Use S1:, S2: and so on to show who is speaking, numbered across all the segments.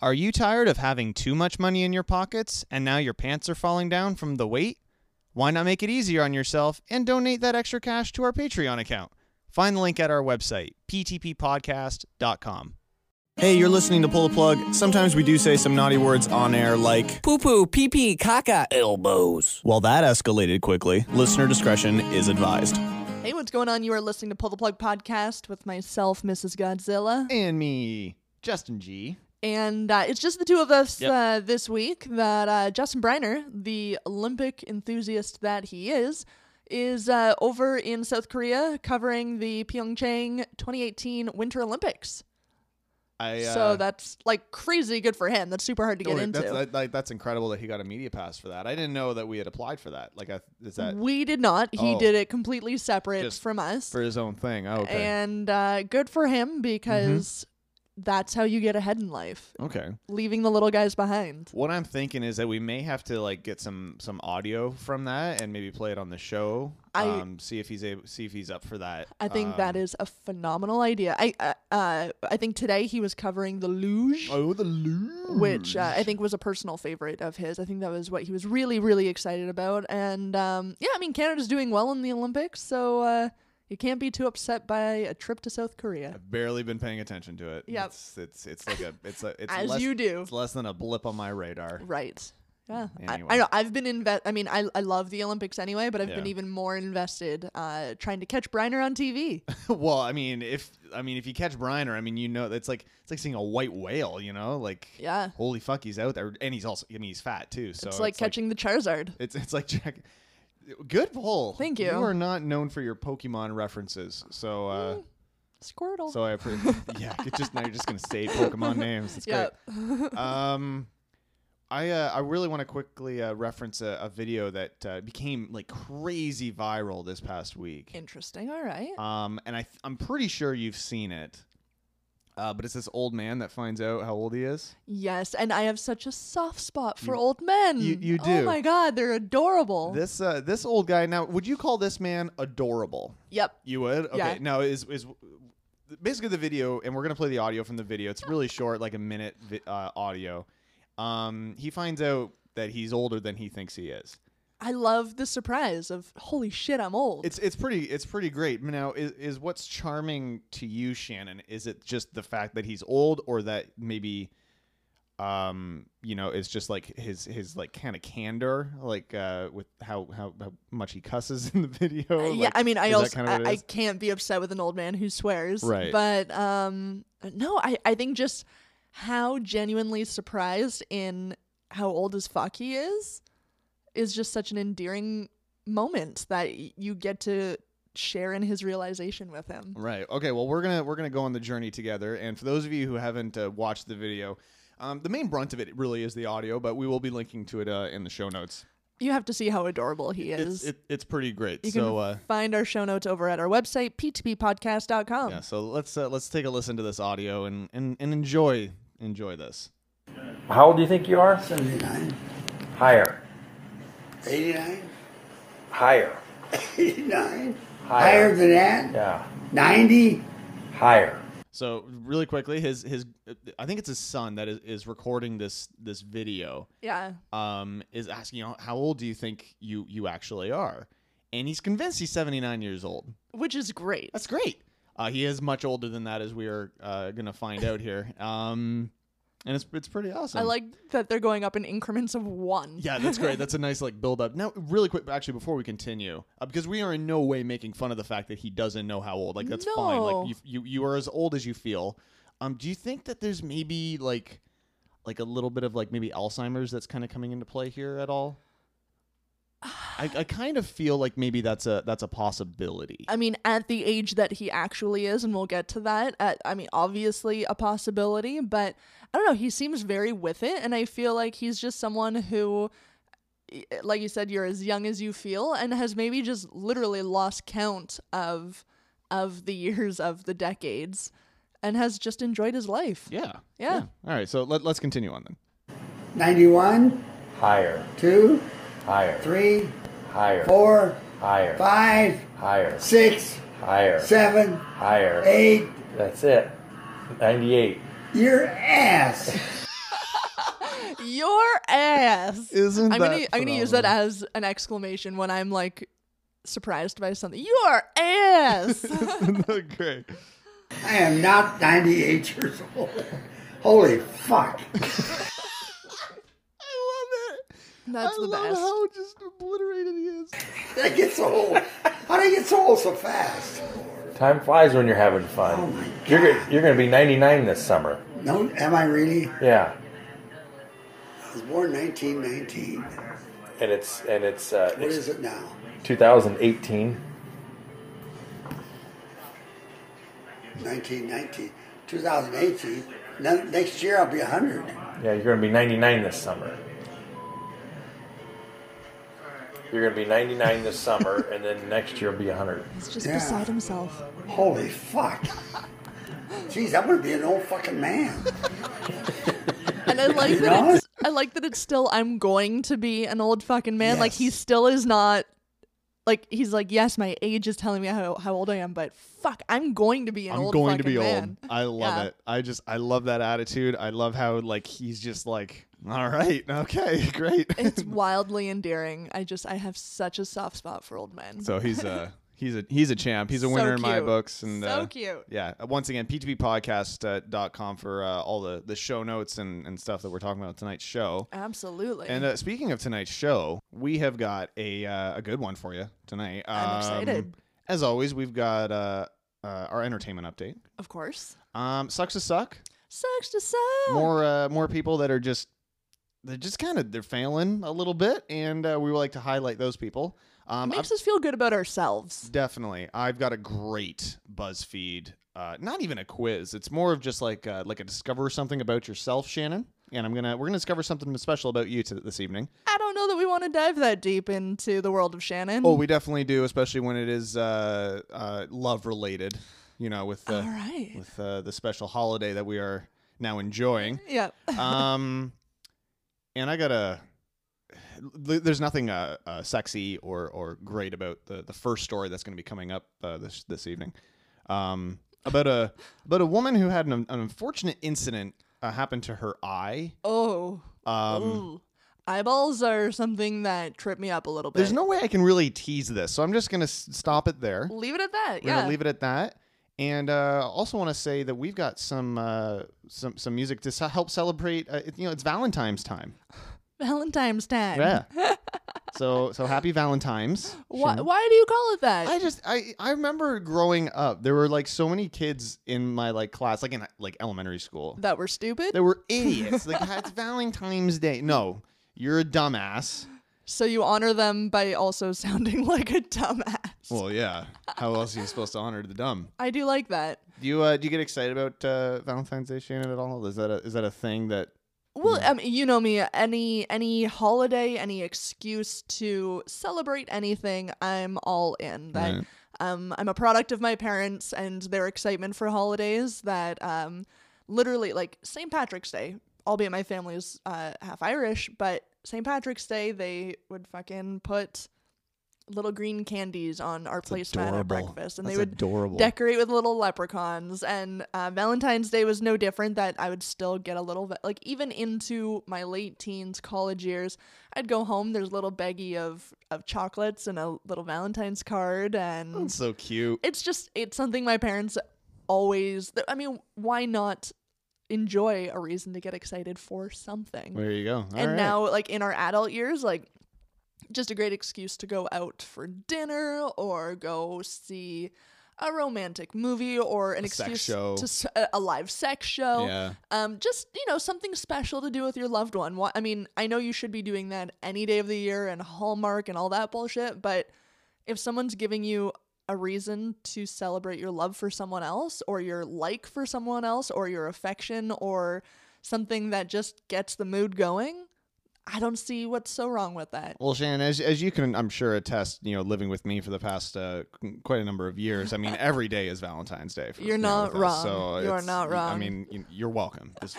S1: Are you tired of having too much money in your pockets and now your pants are falling down from the weight? Why not make it easier on yourself and donate that extra cash to our Patreon account? Find the link at our website, ptppodcast.com. Hey, you're listening to Pull the Plug. Sometimes we do say some naughty words on air like,
S2: Poo poo, pee pee, caca, elbows.
S1: well, that escalated quickly. Listener discretion is advised.
S3: Hey, what's going on? You are listening to Pull the Plug podcast with myself, Mrs. Godzilla,
S1: And me, Justin G.
S3: and uh, it's just the two of us
S1: Yep.
S3: uh, this week. That uh, Justin Briner, the Olympic enthusiast that he is, is uh, over in South Korea covering the Pyeongchang 2018 Winter Olympics.
S1: I, uh,
S3: So that's like crazy good for him. That's super hard to get into.
S1: That's, that, like, that's incredible that he got a media pass for that. I didn't know that we had applied for that. Like, I, is that
S3: we did not. He
S1: Oh.
S3: did it completely separate
S1: Just
S3: from us.
S1: for his own thing? Oh, okay. Mm-hmm.
S3: And uh, good for him because that's how you get ahead in life,
S1: okay.
S3: leaving the little guys behind.
S1: What I'm thinking is that we may have to like get some some audio from that and maybe play it on the show.
S3: I-
S1: um, see if he's able, see if he's up for that.
S3: I think that
S1: Um,
S3: is a phenomenal idea. I uh, uh, I think today he was covering the luge,
S1: Oh, the luge.
S3: which uh, I think was a personal favorite of his. I think that was what he was really really excited about. And um, yeah, I mean Canada's doing well in the Olympics, so uh, you can't be too upset by a trip to South Korea.
S1: I've barely been paying attention to it.
S3: Yep.
S1: It's it's it's like a it's a it's
S3: As
S1: less,
S3: you do.
S1: It's less than a blip on my radar.
S3: Right. Yeah. I,
S1: Anyway.
S3: I know. I've been invest. I mean, I, I love the Olympics anyway, but I've been
S1: Yeah.
S3: even more invested uh, trying to catch Briner on TV.
S1: well, I mean, if I mean if you catch Briner, I mean you know it's like it's like seeing a white whale. You know, like
S3: Yeah.
S1: holy fuck, he's out there, and he's also I mean he's fat too. So
S3: it's like catching the Charizard.
S1: It's it's like Jack. Good poll.
S3: Thank
S1: You
S3: you.
S1: are not known for your Pokemon references, so uh,
S3: Squirtle.
S1: so I appreciate. yeah, you just now you're just gonna say Pokemon names. It's
S3: Yep.
S1: great. Um, I uh, I really want to quickly uh, reference a, a video that uh, became like crazy viral this past week.
S3: Interesting. All right.
S1: Um, and I th- I'm pretty sure you've seen it. Uh, but it's this old man that finds out how old he is.
S3: Yes, and I have such a soft spot for old men.
S1: you- you
S3: Oh
S1: do.
S3: my god, they're adorable.
S1: This uh, this old guy. Now, would you call this man adorable?
S3: yep.
S1: You would? Okay.
S3: Yeah.
S1: Now is is basically the video, and we're gonna play the audio from the video. It's really short, like a minute vi- uh, audio. Um, he finds out that he's older than he thinks he is.
S3: I love the surprise of holy shit, I'm old.
S1: It's it's pretty it's pretty great. Now is is what's charming to you, Shannon? Is it just the fact that he's old, or that maybe? um you know it's just like his his like kind of candor like uh with how, how how much he cusses in the video
S3: Uh, yeah,
S1: Like,
S3: I mean, I
S1: is that
S3: also
S1: kinda what it
S3: I, I
S1: is?
S3: can't be upset with an old man who swears.
S1: Right.
S3: But um, no, I I think just how genuinely surprised in how old as fuck he is is just such an endearing moment that y- you get to share in his realization with him.
S1: Right. Okay. Well, we're gonna we're gonna go on the journey together. And for those of you who haven't uh, watched the video, um, the main brunt of it really is the audio, but we will be linking to it uh, in the show notes.
S3: You have to see how adorable he is.
S1: It's it, it's pretty great.
S3: You
S1: so
S3: can
S1: uh,
S3: find our show notes over at our website, p2ppodcast.com.
S1: yeah. So let's uh, let's take a listen to this audio and and, and enjoy enjoy this.
S4: How old do you think you are?
S5: 79,
S4: Higher.
S5: 89,
S4: Higher.
S5: 89.
S4: Higher.
S5: Higher than that?
S4: Yeah.
S5: 90?
S4: Higher.
S1: So really quickly, his his I think it's his son that is, is recording this this video.
S3: Yeah.
S1: Um, is asking you know, how old do you think you you actually are, and he's convinced he's seventy nine years old.
S3: Which is great.
S1: That's great. Uh, he is much older than that, as we are uh, going to find out here. Um, and it's it's pretty awesome.
S3: I like that they're going up in increments of one.
S1: Yeah, that's great. That's a nice like build up. Now, really quick, actually, before we continue, uh, because we are in no way making fun of the fact that he doesn't know how old. Like that's fine.
S3: No.
S1: Like you, you you are as old as you feel. Um, do you think that there's maybe like like a little bit of like maybe Alzheimer's that's kind of coming into play here at all? I, I kind of feel like maybe that's a that's a possibility.
S3: I mean, at the age that he actually is, and we'll get to that. At, I mean, obviously a possibility, but I don't know. He seems very with it, and I feel like he's just someone who, y- like you said, you're as young as you feel, and has maybe just literally lost count of of the years of the decades, and has just enjoyed his life.
S1: yeah.
S3: Yeah.
S1: All right. So let, let's continue on then.
S5: 91,
S4: Higher.
S5: 2,
S4: Higher.
S5: 3,
S4: Higher.
S5: 4,
S4: Higher.
S5: 5,
S4: Higher.
S5: 6,
S4: Higher.
S5: 7,
S4: Higher.
S5: 8.
S4: That's it. 98.
S5: Your ass.
S3: your ass.
S1: Isn't
S3: I'm
S1: that
S3: gonna I'm gonna use that
S1: phenomenal?
S3: as an exclamation when I'm like surprised by something. Your ass.
S1: Isn't that great?
S5: I am not 98 years old. Holy fuck.
S1: I love it.
S3: That's
S1: I
S3: the
S1: love
S3: best.
S1: how just obliterated he is.
S5: That gets old. How did it get so old so fast?
S4: Time flies when you're having
S5: Oh
S4: fun.
S5: my
S4: You're go- you're gonna be 99 this summer.
S5: No, am I really?
S4: Yeah,
S5: I was born 1919.
S4: and it's and it's uh,
S5: What
S4: it's
S5: is it now?
S4: 2018.
S5: 1919. 2018. Ne- Next year I'll be 100.
S4: Yeah, you're gonna be 99 this summer. You're gonna be 99 this summer, and then next year will be 100.
S3: He's just
S5: Yeah.
S3: beside himself.
S5: Holy fuck. Jeez, I'm gonna be an old fucking man.
S3: And I like that
S5: know?
S3: it's I like that it's still I'm going to be an old fucking man. Like he
S5: Yes.
S3: still is not like he's like, yes, my age is telling me how, how old I am, but fuck, I'm going to be an
S1: I'm
S3: old
S1: going to
S3: fucking
S1: be
S3: man.
S1: old. I love
S3: Yeah.
S1: it. I just I love that attitude. I love how like he's just like, all right, okay, great.
S3: It's wildly endearing. I just I have such a soft spot for old men.
S1: so he's a he's a he's a champ. He's a
S3: So
S1: winner in my
S3: cute.
S1: books. And
S3: So
S1: uh,
S3: cute.
S1: Yeah. Uh, Once again, p2ppodcast.com for uh, all the the show notes and and stuff that we're talking about on tonight's show.
S3: Absolutely.
S1: And uh, speaking of tonight's show, we have got a uh, a good one for you tonight. Um,
S3: I'm excited.
S1: As always, we've got uh, uh, our entertainment update.
S3: of course.
S1: Um, sucks to suck.
S3: Sucks to suck.
S1: more uh, more people that are just they're just kind of they're failing a little bit, and uh, we would like to highlight those people. Um,
S3: makes us feel good about ourselves.
S1: I've- definitely, I've got a great BuzzFeed. Uh, not even a quiz. It's more of just like uh, like a discover something about yourself, Shannon. And I'm gonna we're gonna discover something special about you to, this evening.
S3: I don't know that we want to dive that deep into the world of Shannon.
S1: Oh, we definitely do, especially when it is uh, uh, love related. You know, with
S3: all
S1: uh,
S3: right.
S1: with uh, the special holiday that we are now enjoying.
S3: yeah.
S1: um, and I gotta. th- There's nothing uh, uh, sexy or or great about the the first story that's going to be coming up uh, this this evening, um, about a about a woman who had an, an unfortunate incident uh, happen to her eye.
S3: Oh.
S1: Um,
S3: Ooh. Eyeballs are something that trip me up a little bit.
S1: there's no way I can really tease this, so I'm just going to s- stop it there.
S3: Leave it at that.
S1: We're
S3: yeah.
S1: gonna leave it at that. And uh, also want to say that we've got some uh, some some music to s- help celebrate. Uh, it, you know, it's Valentine's time.
S3: Valentine's time.
S1: Yeah. so so happy Valentine's.
S3: Why, why do you call it that?
S1: I just I I remember growing up, there were like so many kids in my like class, like in like elementary school.
S3: that we're stupid.
S1: They were idiots. like "Ah, it's Valentine's Day. No, you're a dumbass.
S3: so you honor them by also sounding like a dumbass.
S1: Well, yeah. How else are you supposed to honor the dumb?
S3: I do like that.
S1: Do you uh, do you get excited about uh, Valentine's Day, Shannon, at all? Is that a, is that a thing that
S3: Well,
S1: Mm.
S3: um, you know me. Any any holiday, any excuse to celebrate anything, I'm all in. That
S1: Right.
S3: um, I'm a product of my parents and their excitement for holidays. That um, literally, like St. Patrick's Day, albeit my family is uh, half Irish, but St. Patrick's Day, they would fucking put little green candies on our placemat at breakfast, and
S1: That's
S3: they would
S1: adorable.
S3: decorate with little leprechauns and uh, valentine's day was no different that i would still get a little ve- like even into my late teens college years i'd go home there's a little baggie of of chocolates and a little valentine's card and
S1: That's so cute.
S3: it's just it's something my parents always th- i mean why not enjoy a reason to get excited for something
S1: There you go. All
S3: and
S1: right.
S3: now like in our adult years like just a great excuse to go out for dinner or go see a romantic movie or an
S1: A sex
S3: excuse
S1: show.
S3: to s- a- a live sex show
S1: yeah.
S3: um just you know something special to do with your loved one Wha- i mean i know you should be doing that any day of the year and hallmark and all that bullshit but if someone's giving you a reason to celebrate your love for someone else or your like for someone else or your affection or something that just gets the mood going i don't see what's so wrong with that
S1: Well, Shannon, as, as you can, I'm sure, attest, you know, living with me for the past uh, qu- quite a number of years. I mean, every day is Valentine's Day. For,
S3: You're
S1: you know,
S3: not
S1: with us,
S3: wrong.
S1: So
S3: You are
S1: it's-
S3: not
S1: I
S3: wrong.
S1: mean, you- you're welcome. Just-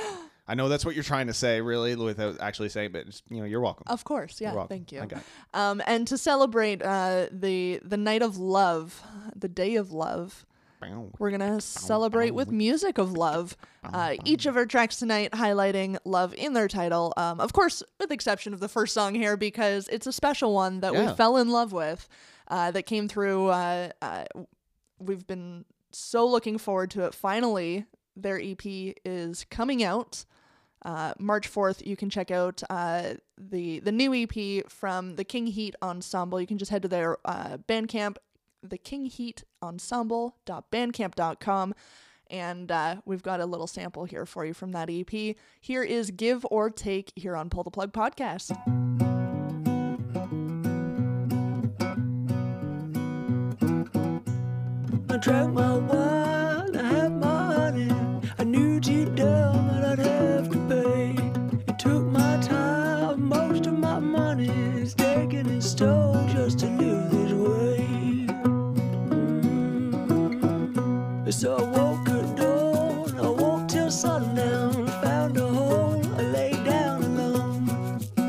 S1: I know that's what you're trying to say, really, without actually saying, but just, you know, you're welcome.
S3: of course
S1: You're
S3: yeah
S1: welcome.
S3: thank you
S1: I got it.
S3: um, and to celebrate uh, the the night of love, the day of love, We're going to celebrate with music of love. Uh, each of our tracks tonight highlighting love in their title. Um, of course, with the exception of the first song here, because it's a special one that
S1: Yeah.
S3: we fell in love with uh, that came through. Uh, uh, we've been so looking forward to it. Finally, their EP is coming out. Uh, March 4th, you can check out uh, the the new EP from the King Heat Ensemble. You can just head to their uh, Bandcamp, the King Heat Ensemble.bandcamp.com. And uh, we've got a little sample here for you from that EP. Here is Give or Take here on Pull the Plug Podcast.
S6: I drank my wine, I had my honey. I knew deep down that I'd have to pay. It took my time, most of my money is taken and stole just to live this way. Mm. So I woke at dawn, I walked till sundown, found a hole, I lay down alone.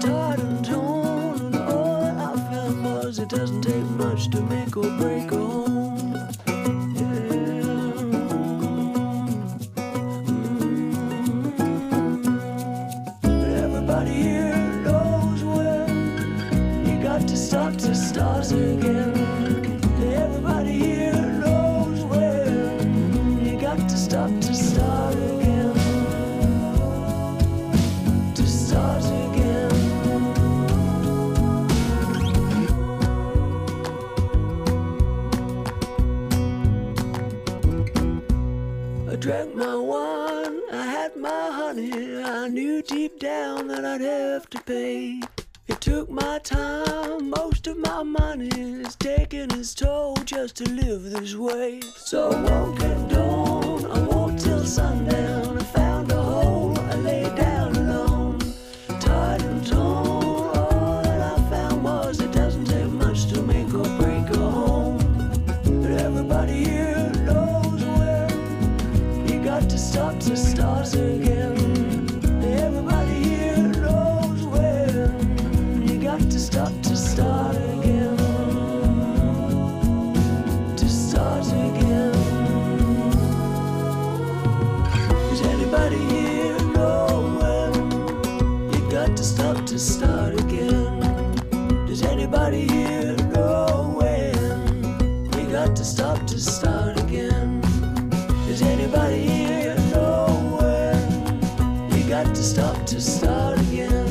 S6: Tired and torn, and all that I found was it doesn't take much to make or break a home. Everybody here knows when you got to stop the stars again. Everybody here knows when you got to stop to start again. To start again. I drank my wine, I had my honey, I knew deep down that I'd have to pay. It took my time, most of my money is taking its toll just to live this way. So I woke at dawn, I walked till sundown, I found a hole, I lay down alone. Tired and torn, all that I found was it doesn't take much to make or break a home. But everybody here knows where. You got to stop to start again. Everybody here knows where. You got to stop to start again. To start again. Does anybody here know when? You got to stop to start again. Does anybody here know when? You got to stop to start again. Does anybody here know when you got to stop to start again?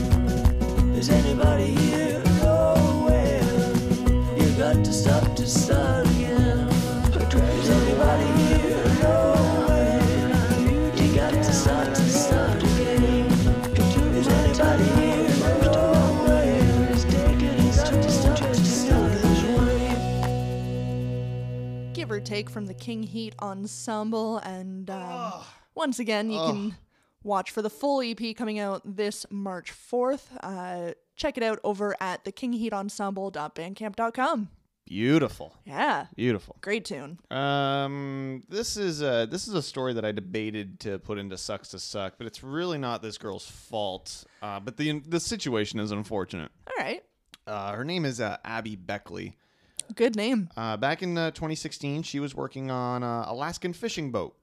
S6: Does anybody here know when you got to stop to start again? Does anybody here know when you got to stop to start again? Does anybody here know when it's taken its toll just to start this way?
S3: Give or Take from the King Heat Ensemble. And um, once again, you can watch for the full EP coming out this March 4th. Uh, check it out over at thekingheatensemble.bandcamp.com.
S1: Beautiful.
S3: Yeah,
S1: Beautiful.
S3: great tune.
S1: Um, this is a this is a story that I debated to put into sucks to suck, but it's really not this girl's fault. Uh, but the the situation is unfortunate.
S3: All right,
S1: Uh, her name is uh, Abby Beckley.
S3: good name.
S1: Uh, back in uh, 2016, she was working on uh, Alaskan fishing boat.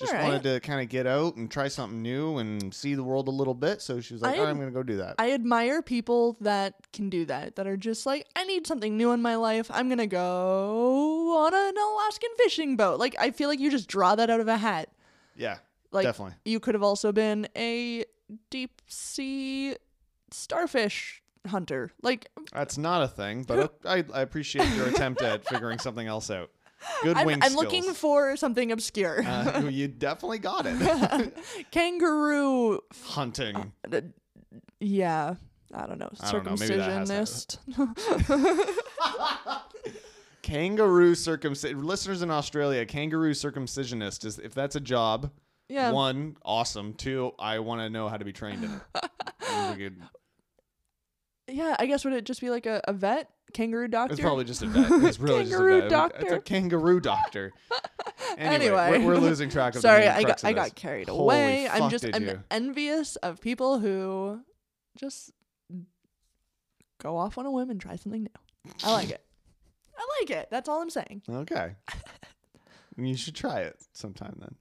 S1: Just
S3: All right.
S1: wanted to kind of get out and try something new and see the world a little bit. So she was like,
S3: I
S1: "All right, I'm
S3: am-
S1: going to go do that."
S3: I admire people that can do that, that are just like, I need something new in my life. I'm going to go on an Alaskan fishing boat. Like, I feel like you just draw that out of a hat.
S1: yeah,
S3: Like,
S1: definitely.
S3: you could have also been a deep sea starfish hunter. Like,
S1: That's not a thing, but I, I appreciate your attempt at figuring something else out. Good
S3: I'm,
S1: wing
S3: I'm
S1: skills.
S3: looking for something obscure.
S1: Uh, you definitely got it.
S3: Kangaroo. f- uh,
S1: Hunting.
S3: Yeah. I don't know.
S1: I don't know, maybe that has
S3: Circumcisionist.
S1: Kangaroo circumcision. Listeners in Australia, kangaroo circumcisionist is if that's a job.
S3: yeah.
S1: One, awesome. Two, I want to know how to be trained in it. And we could-
S3: Yeah. I guess would it just be like a, a vet? Kangaroo doctor?
S1: it's probably just a vet. It's really
S3: Kangaroo
S1: just a vet. It's a
S3: doctor.
S1: kangaroo doctor. Anyway,
S3: Anyway.
S1: We're, we're losing track of
S3: Sorry,
S1: the main
S3: I
S1: crux
S3: got
S1: of
S3: I
S1: this.
S3: got carried
S1: Holy
S3: away. I'm
S1: fuck,
S3: just
S1: did
S3: I'm
S1: you.
S3: envious of people who just go off on a whim and try something new. I like it. I like it. That's all I'm saying.
S1: Okay. You should try it sometime then.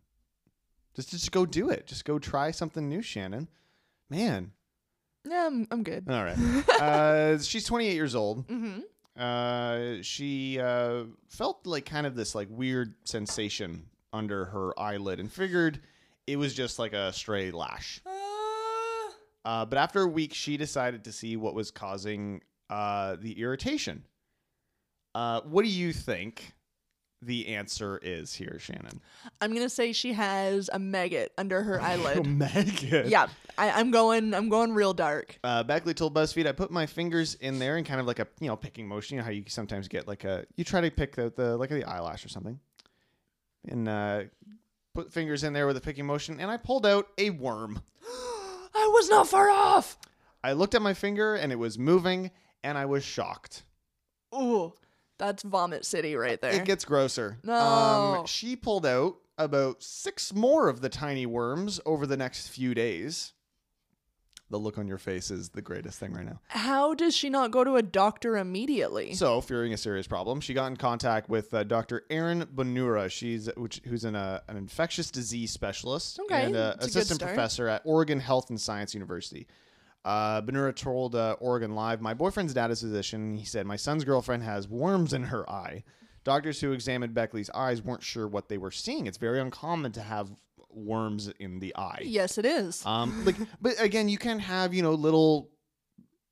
S1: Just just go do it. Just go try something new, Shannon. Man.
S3: Yeah, I'm, I'm good.
S1: All right. uh, she's 28 years old.
S3: Mm-hmm.
S1: Uh, she uh, felt like kind of this like weird sensation under her eyelid and figured it was just like a stray lash. Uh, but after a week, she decided to see what was causing uh, the irritation. Uh, what do you think the answer is here, Shannon?
S3: I'm gonna say she has a maggot under her eyelid.
S1: Megan.
S3: yeah, I, I'm going. I'm going real dark.
S1: Uh, Beckley told BuzzFeed, "I put my fingers in there and kind of like a you know picking motion. You know how you sometimes get like a you try to pick the, the like the eyelash or something, and uh, put fingers in there with a picking motion. And I pulled out a worm.
S3: I was not far off.
S1: I looked at my finger and it was moving, and I was shocked.
S3: Ooh, that's vomit city right there.
S1: It gets grosser.
S3: Eh?
S1: Um,
S3: No.
S1: she pulled out about six more of the tiny worms over the next few days. The look on your face is the greatest thing right now.
S3: How does she not go to a doctor immediately?
S1: So, fearing a serious problem, she got in contact with uh, Dr. Erin Bonura. She's which, who's an, uh, an infectious disease specialist
S3: Okay,
S1: and uh,
S3: that's a good
S1: assistant
S3: start.
S1: professor at Oregon Health and Science University. Uh, Bonura told uh, Oregon Live, "My boyfriend's dad is a physician. He said my son's girlfriend has worms in her eye. Doctors who examined Beckley's eyes weren't sure what they were seeing. It's very uncommon to have worms in the eye.
S3: yes, it is.
S1: Um, like, but again, you can have you know little,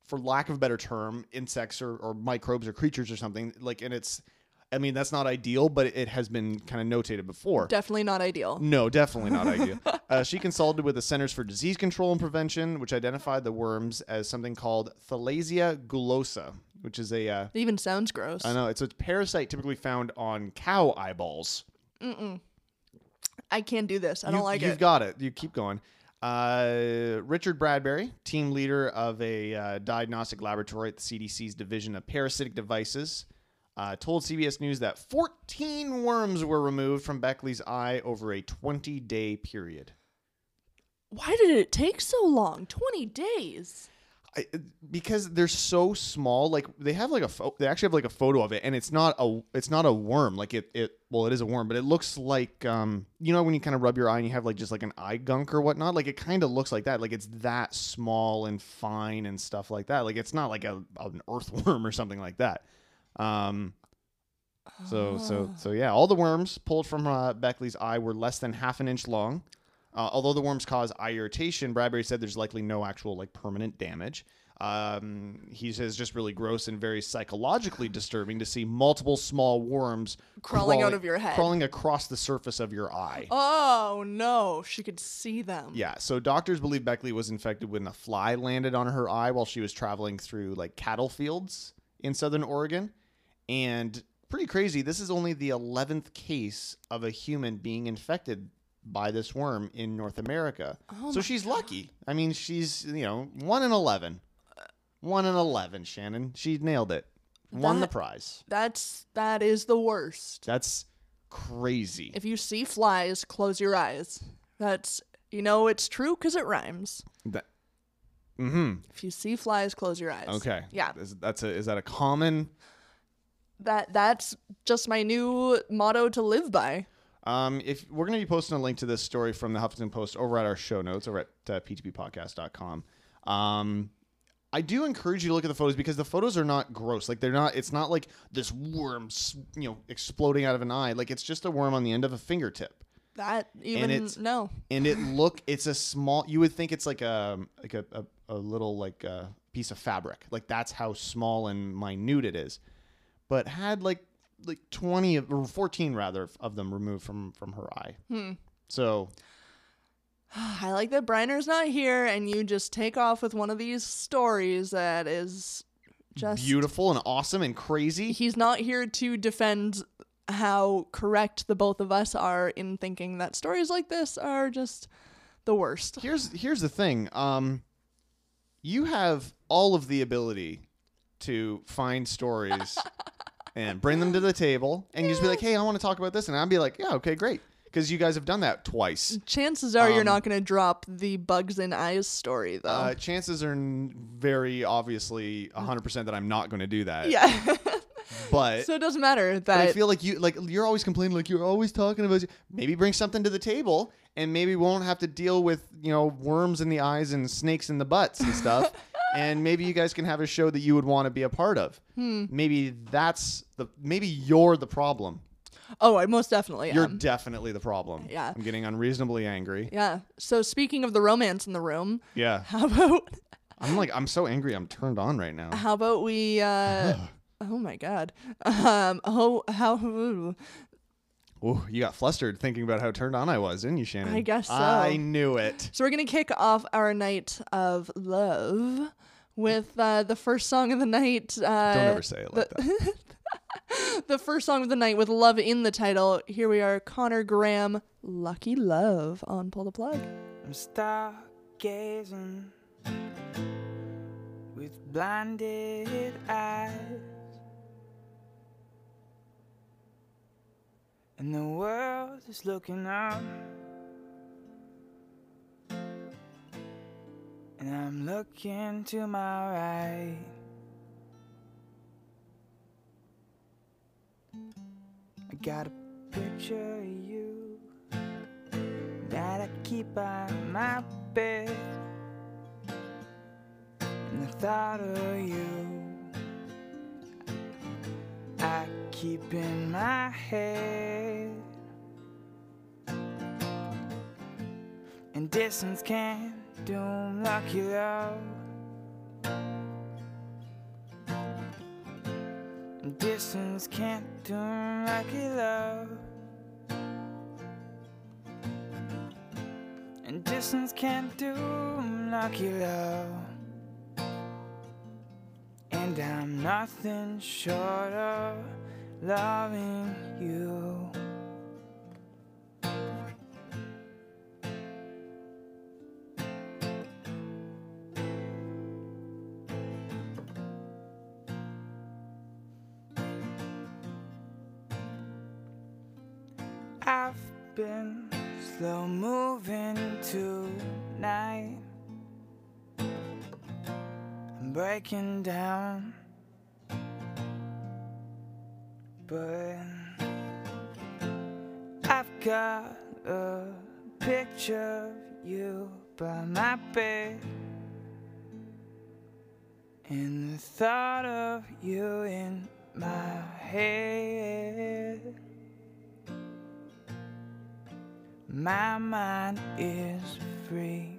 S1: for lack of a better term, insects or, or microbes or creatures or something like, and it's, I mean, that's not ideal, but it has been kind of notated before.
S3: Definitely not ideal.
S1: No, definitely not ideal. Uh, she consulted with the Centers for Disease Control and Prevention, which identified the worms as something called Thalasia gulosa, which is a, uh,
S3: It even sounds gross.
S1: I know, it's a parasite typically found on cow eyeballs.
S3: I can't do this. I don't
S1: you,
S3: like
S1: you've
S3: it.
S1: got it. You keep going. Uh, Richard Bradbury, team leader of a uh, diagnostic laboratory at the CDC's Division of Parasitic Devices, uh, told CBS News that 14 worms were removed from Beckley's eye over a 20 day period.
S3: Why did it take so long? 20 days.
S1: I, because they're so small, like they have like a pho- they actually have like a photo of it, and it's not a it's not a worm. Like it it well, it is a worm, but it looks like um you know when you kind of rub your eye and you have like just like an eye gunk or whatnot. Like it kind of looks like that. Like it's that small and fine and stuff like that. Like it's not like a an earthworm or something like that. Um. So
S3: Ah.
S1: so so yeah, all the worms pulled from uh, Beckley's eye were less than half an inch long. Uh, although the worms cause eye irritation, Bradbury said there's likely no actual like permanent damage. Um, he says just really gross and very psychologically disturbing to see multiple small worms
S3: Crawling out of your head.
S1: crawling across the surface of your eye.
S3: Oh, no. She could see them.
S1: Yeah, so doctors believe Beckley was infected when a fly landed on her eye while she was traveling through like cattle fields in southern Oregon. And pretty crazy, this is only the 11th case of a human being infected by this worm in North America.
S3: Oh
S1: so she's lucky. I mean, she's, you know, 1 in 11. 1 in 11, Shannon. She nailed it. Won the
S3: That-
S1: prize.
S3: That's that is the worst.
S1: That's crazy.
S3: If you see flies, close your eyes. That's you know it's true cuz it rhymes.
S1: That- mhm.
S3: If you see flies, close your eyes.
S1: Okay.
S3: Yeah.
S1: Is, that's a, is that a common
S3: That that's just my new motto to live by.
S1: Um, if we're going to be posting a link to this story from the Huffington Post over at our show notes over at uh, ptppodcast.com. Um, I do encourage you to look at the photos because the photos are not gross. Like they're not. It's not like this worm, s- you know, exploding out of an eye. Like it's just a worm on the end of a fingertip,
S3: That even
S1: it's-
S3: no.
S1: and it look. It's a small. You would think it's like a like a, a, a little like uh piece of fabric. Like that's how small and minute it is. But had like like twenty of, or fourteen rather of them removed from from her eye. So
S3: I like that Briner's not here and you just take off with one of these stories that is just
S1: beautiful and awesome and crazy.
S3: He's not here to defend how correct the both of us are in thinking that stories like this are just the worst.
S1: Here's here's the thing. Um, you have all of the ability to find stories and bring them to the table, and you just be like, "Hey, I want to talk about this," and I'd be like, "Yeah, okay, great," because you guys have done that twice.
S3: Mm. Chances are you're
S1: Um,
S3: not going to drop the bugs in eyes story though.
S1: Uh, chances are n- very obviously 100% that I'm not going to do that.
S3: yeah.
S1: But
S3: so it doesn't matter
S1: But I
S3: that
S1: feel like you like you're always complaining, like you're always talking about. Maybe bring something to the table, and maybe we won't have to deal with you know worms in the eyes and snakes in the butts and stuff. and maybe you guys can have a show that you would want to be a part of.
S3: Hmm.
S1: Maybe that's the maybe you're the problem.
S3: oh, I most definitely
S1: You're
S3: am.
S1: definitely the problem.
S3: Yeah.
S1: I'm getting unreasonably angry.
S3: yeah. So speaking of the romance in the room,
S1: Yeah,
S3: how about
S1: I'm like I'm so angry. I'm turned on right now.
S3: how about we? uh Oh my god. Um. Oh, how.
S1: Ooh, you got flustered thinking about how turned on I was, didn't you, Shannon?
S3: I guess so.
S1: I knew it.
S3: So we're gonna kick off our night of love with uh, the first song of the night. Uh,
S1: Don't ever say it like that.
S3: The first song of the night with love in the title. Here we are, Connor Graham, "Lucky Love" on Pull the Plug.
S7: I'm stargazing with blinded eyes, and the world is looking up, and I'm looking to my right. I got a picture of you that I keep by my bed. And the thought of you, I keep in my head. And distance can't doom lucky love. And distance can't doom lucky love. And distance can't do lucky love. And I'm nothing short of loving you. I've been slow moving tonight. I'm breaking down, but I've got a picture of you by my bed. And the thought of you in my head. My mind is free.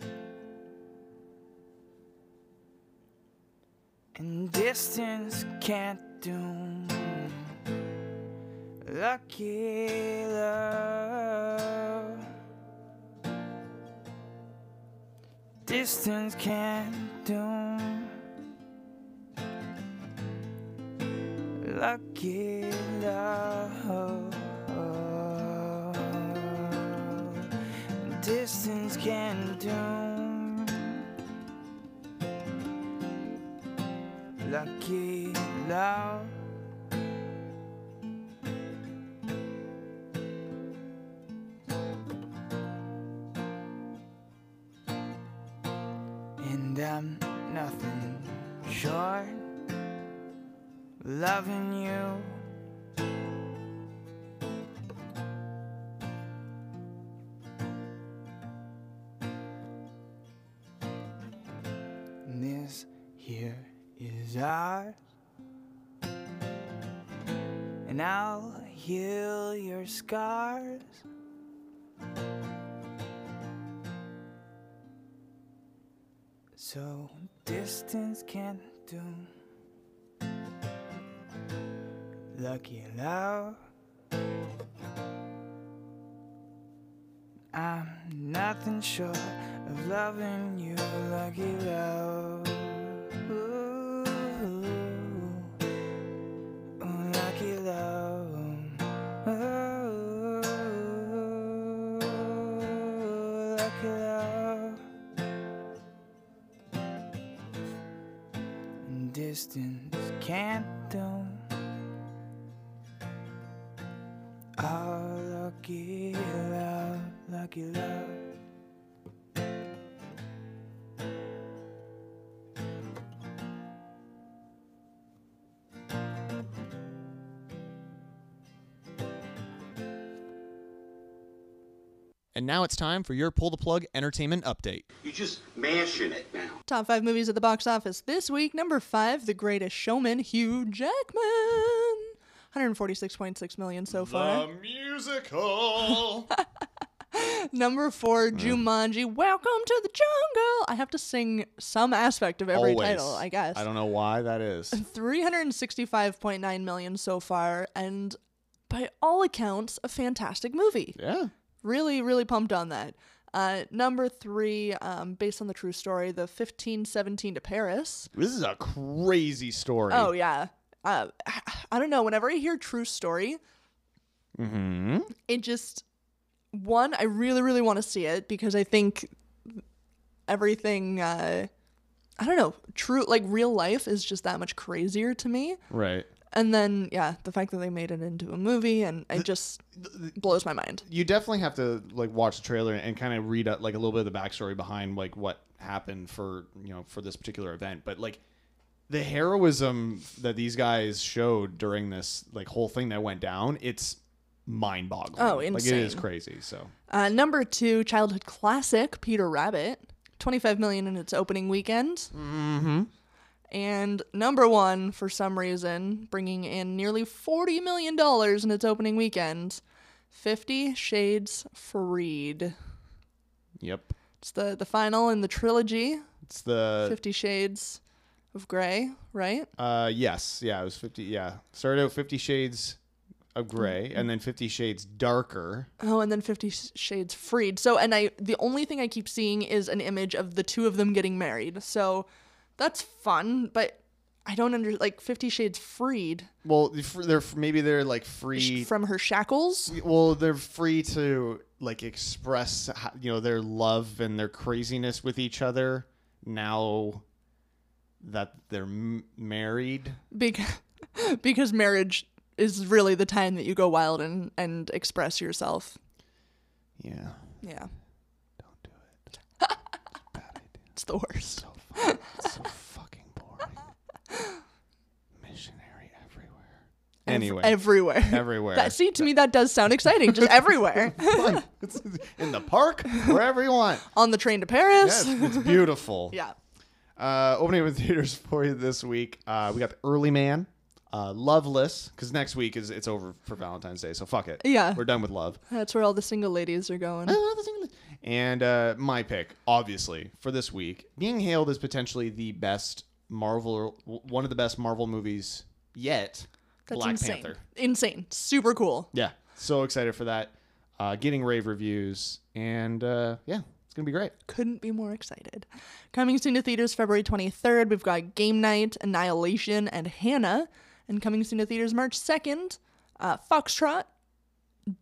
S7: And distance can't doom lucky love. Distance can't doom lucky love. Distance can do lucky love. And I'm nothing short loving you. And This here is ours, and I'll heal your scars. So distance can't do. Lucky love. I'm nothing short of loving you, lucky love. Ooh, lucky love. Ooh, lucky love. Distance can't do. Oh, lucky love, lucky love.
S1: And now it's time for your pull the plug entertainment update.
S8: You just mashing it now.
S3: Top five movies at the box office this week. Number five, The Greatest Showman, Hugh Jackman. 146.6 million so far.
S1: musical.
S3: Number four,
S1: Mm.
S3: Jumanji, Welcome to the Jungle. I have to sing some aspect of every title, I guess.
S1: I don't know why that is.
S3: 365.9 million so far, and by all accounts, a fantastic movie.
S1: Yeah.
S3: Really, really pumped on that. Uh, number three, um, based on the true story, the 1517 to Paris.
S1: This is a crazy story.
S3: Oh yeah. Uh, I don't know. Whenever I hear true story, it just one. I really, really want to see it because I think everything. Uh, I don't know. True, like real life is just that much crazier to me.
S1: Right.
S3: And then yeah, the fact that they made it into a movie and it just blows my mind.
S1: You definitely have to like watch the trailer and kind of read uh, like a little bit of the backstory behind like what happened for you know for this particular event. But like the heroism that these guys showed during this like whole thing that went down, it's mind boggling.
S3: Oh,
S1: Like it is
S3: insane.
S1: crazy. So
S3: Uh, number two, childhood classic, Peter Rabbit, 25 million in its opening weekend. Mm-hmm. And number one, for some reason, bringing in nearly 40 million dollars in its opening weekend, 50 Shades Freed.
S1: yep,
S3: It's the the final in the trilogy,
S1: it's the
S3: 50 Shades of Grey, right?
S1: Uh, yes, yeah, it was fifty. Yeah, started out Fifty Shades of
S3: Hmm.
S1: Gray, and then Fifty Shades Darker.
S3: Oh, and then 50 Shades Freed. So, and I the only thing I keep seeing is an image of the two of them getting married. So, that's fun, but I don't under like 50 Shades Freed
S1: Well, they're fr- they're fr- maybe they're like
S3: sh-
S1: free.
S3: from her shackles.
S1: well, they're free to like express ho- you know their love and their craziness with each other now that they're m- married.
S3: Because because marriage is really the time that you go wild and and express yourself.
S1: Yeah,
S3: Yeah. Don't do it. It's the worst.
S1: it's so fucking boring. Missionary everywhere. Anyway,
S3: Everywhere.
S1: everywhere.
S3: That see to me that does sound exciting. Just everywhere.
S1: Fun. It's in the park, wherever you want.
S3: On the train to
S1: Yes,
S3: Paris.
S1: it's beautiful.
S3: Yeah.
S1: Uh, opening with theaters for you this week. Uh, we got the Early Man, uh, Loveless, because next week is it's over for Valentine's Day, so fuck it.
S3: Yeah.
S1: we're done with love.
S3: That's where all the single ladies are going.
S1: Oh. And uh, my pick, obviously, for this week, being hailed as potentially the best Marvel, one of the best Marvel movies yet.
S3: That's
S1: Black
S3: insane.
S1: Panther.
S3: Insane. Super cool.
S1: Yeah, so excited for that. Uh, getting rave reviews, and uh, yeah, it's gonna be great.
S3: Couldn't be more excited. Coming soon to theaters February 23rd, we've got Game Night, Annihilation, and Hannah. And coming soon to theaters March 2nd, uh, Foxtrot,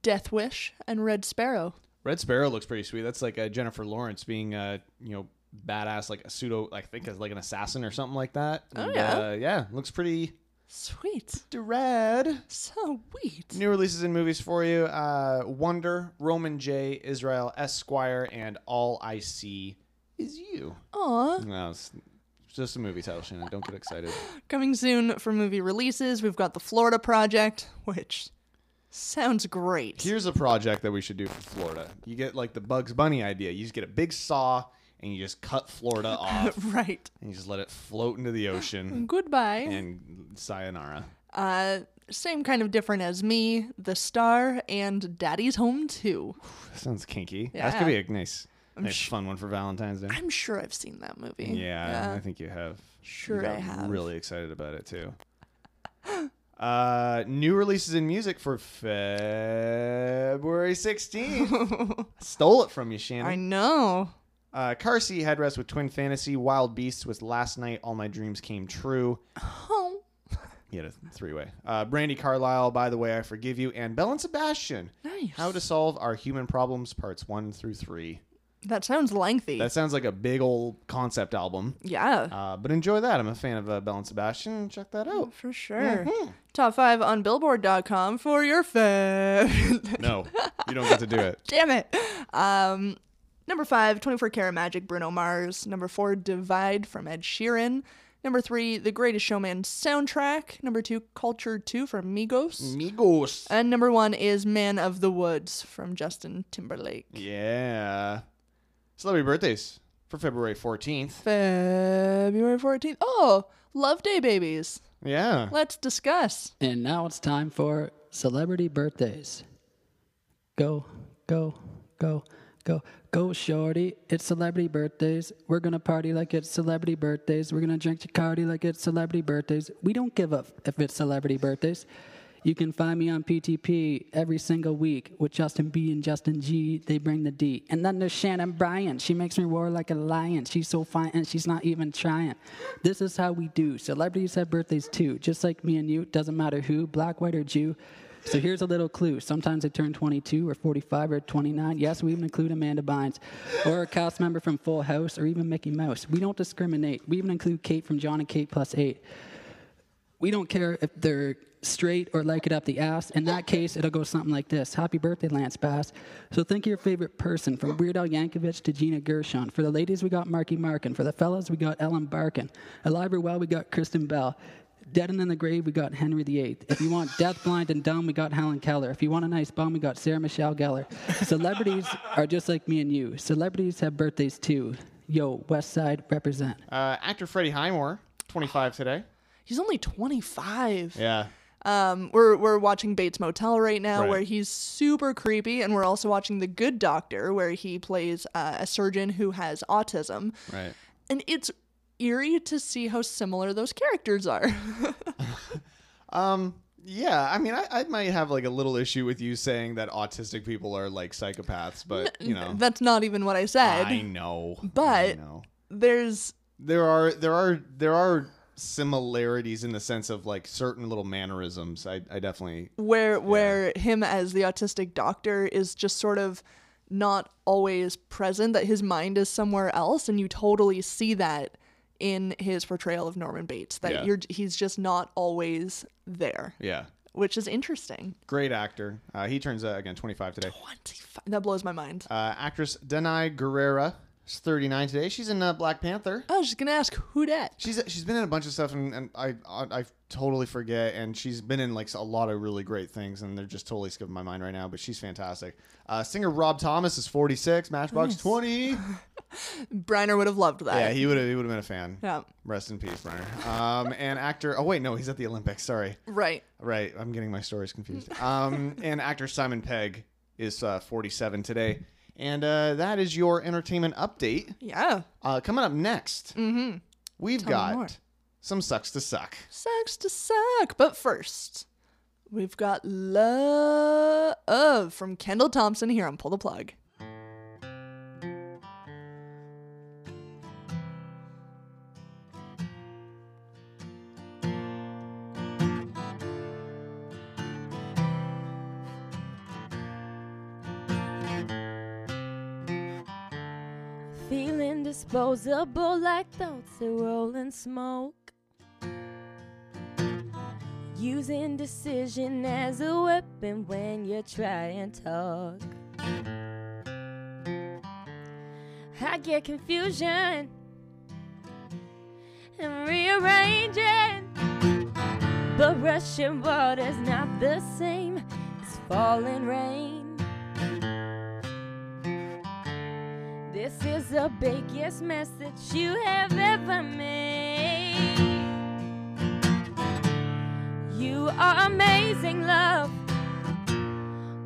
S3: Death Wish, and Red Sparrow.
S1: Red Sparrow looks pretty sweet. That's like uh, Jennifer Lawrence being, uh, you know, badass, like a pseudo, I think, as like an assassin or something like that. And,
S3: Oh, yeah.
S1: uh, yeah, looks pretty
S3: Sweet.
S1: rad.
S3: Sweet.
S1: New releases and movies for you: uh, Wonder, Roman J, Israel Esquire, and All I See Is You.
S3: Aw.
S1: No, it's it's just a movie title, Shannon. Don't get excited.
S3: Coming soon for movie releases, we've got The Florida Project, which sounds great.
S1: Here's a project that we should do for Florida. You get like the Bugs Bunny idea. You just get a big saw and you just cut Florida off
S3: right.
S1: and you just let it float into the ocean.
S3: Goodbye.
S1: and sayonara.
S3: Uh, same kind of different as me, The Star, and Daddy's Home 2.
S1: That sounds kinky. That
S3: Yeah.
S1: could be a nice, nice
S3: sh-
S1: fun one for Valentine's Day.
S3: I'm sure I've seen that movie.
S1: yeah, I think you have. You
S3: Sure
S1: got
S3: I have.
S1: Really excited about it too. Uh, new releases in music for February 16th. Stole it from you,
S3: I
S1: Shannon.
S3: know.
S1: Uh, Car Seat Headrest with Twin Fantasy, Wild Beasts with Last Night, All My Dreams Came True.
S3: Oh,
S1: He had a three way. Uh, Brandy Carlisle, By the Way, I Forgive You, and Bell and Sebastian.
S3: Nice.
S1: How to Solve Our Human Problems, Parts 1 through 3.
S3: that sounds lengthy.
S1: That sounds like a big old concept album.
S3: yeah,
S1: Uh, but enjoy that. I'm a fan of uh, Bell and Sebastian. Check that out.
S3: for sure. Top five on Billboard.com for your favorite.
S1: No, you don't get to do it.
S3: Damn it. Um, number five, 24 Karat Magic, Bruno Mars. Number four, Divide from Ed Sheeran. Number three, The Greatest Showman soundtrack. Number two, Culture 2 from Migos.
S1: Migos.
S3: And number one is Man of the Woods from Justin Timberlake.
S1: Yeah. Celebrity birthdays for February 14th.
S3: February 14th. Oh, Love Day Babies.
S1: Yeah.
S3: Let's discuss.
S9: And now it's time for celebrity birthdays. Go, go, go, go, go, shorty. It's celebrity birthdays. We're going to party like it's celebrity birthdays. We're going to drink Bacardi like it's celebrity birthdays. We don't give up if it's celebrity birthdays. You can find me on PTP every single week with Justin B and Justin G. They bring the D. And then there's Shannon Bryan. She makes me roar like a lion. She's so fine and she's not even trying. This is how we do. Celebrities have birthdays too, just like me and you. Doesn't matter who, black, white, or Jew. So here's a little clue. Sometimes they turn 22 or 45 or 29. Yes, we even include Amanda Bynes or a cast member from Full House or even Mickey Mouse. We don't discriminate. We even include Kate from John and Kate Plus 8 we don't care if they're straight or like it up the ass. In that case, it'll go something like this Happy birthday, Lance Bass. So think of your favorite person, from Weird Al Yankovic to Gina Gershon. For the ladies, we got Marky Markin. For the fellas, we got Ellen Barkin. Alive or well, we got Kristen Bell. Dead and in the grave, we got Henry VIII. If you want death, blind, and dumb, we got Helen Keller. If you want a nice bum, we got Sarah Michelle Gellar. Celebrities are just like me and you. Celebrities have birthdays too. Yo, West Side represent.
S1: Uh, actor Freddie Highmore, 25 today.
S3: He's only 25.
S1: Yeah.
S3: Um, we're we're watching Bates Motel right now,
S1: Right.
S3: where he's super creepy, and we're also watching The Good Doctor, where he plays uh, a surgeon who has autism,
S1: Right.
S3: and it's eerie to see how similar those characters are.
S1: Um. Yeah. I mean, I, I might have like a little issue with you saying that autistic people are like psychopaths, but you know,
S3: That's not even what I said.
S1: Oh. I know. I
S3: But-
S1: know.
S3: There's
S1: there are there are there are similarities in the sense of like certain little mannerisms. I I definitely
S3: where where him as the autistic doctor is just sort of not always present that his mind is somewhere else and you totally see that in his portrayal of Norman Bates that
S1: Yeah.
S3: you're he's just not always there
S1: yeah.
S3: which is interesting
S1: Great actor. Uh, he turns uh, again 25 today.
S3: 25 that blows my mind
S1: Uh, actress Denai Guerrera is 39 today. She's in uh, Black Panther.
S3: I was just gonna ask who that
S1: She's she's been in a bunch of stuff and, and I, I I totally forget and she's been in like a lot of really great things and they're just totally skipping my mind right now but she's fantastic. Uh, singer Rob Thomas is 46, Matchbox 20.
S3: Briner would have loved that
S1: Yeah, he would have he would have been a fan.
S3: Yeah.
S1: Rest in peace, Brenner. Um, and actor Oh wait, no, he's at the Olympics. Sorry.
S3: right
S1: Right, I'm getting my stories confused. Um, and actor Simon Pegg is uh, 47 today. And uh, that is your entertainment update.
S3: yeah
S1: Uh, coming up next, we've
S3: Mm-hmm. Tell me more.
S1: got some sucks to suck.
S3: sucks to suck but first we've got love from Kendall Thompson here on pull the plug
S10: Feeling disposable like thoughts that roll in smoke. Using decision as a weapon when you try and talk. I get confusion and rearranging. But rushing water's not the same as falling rain. This is the biggest mess that you have ever made. You are amazing, love.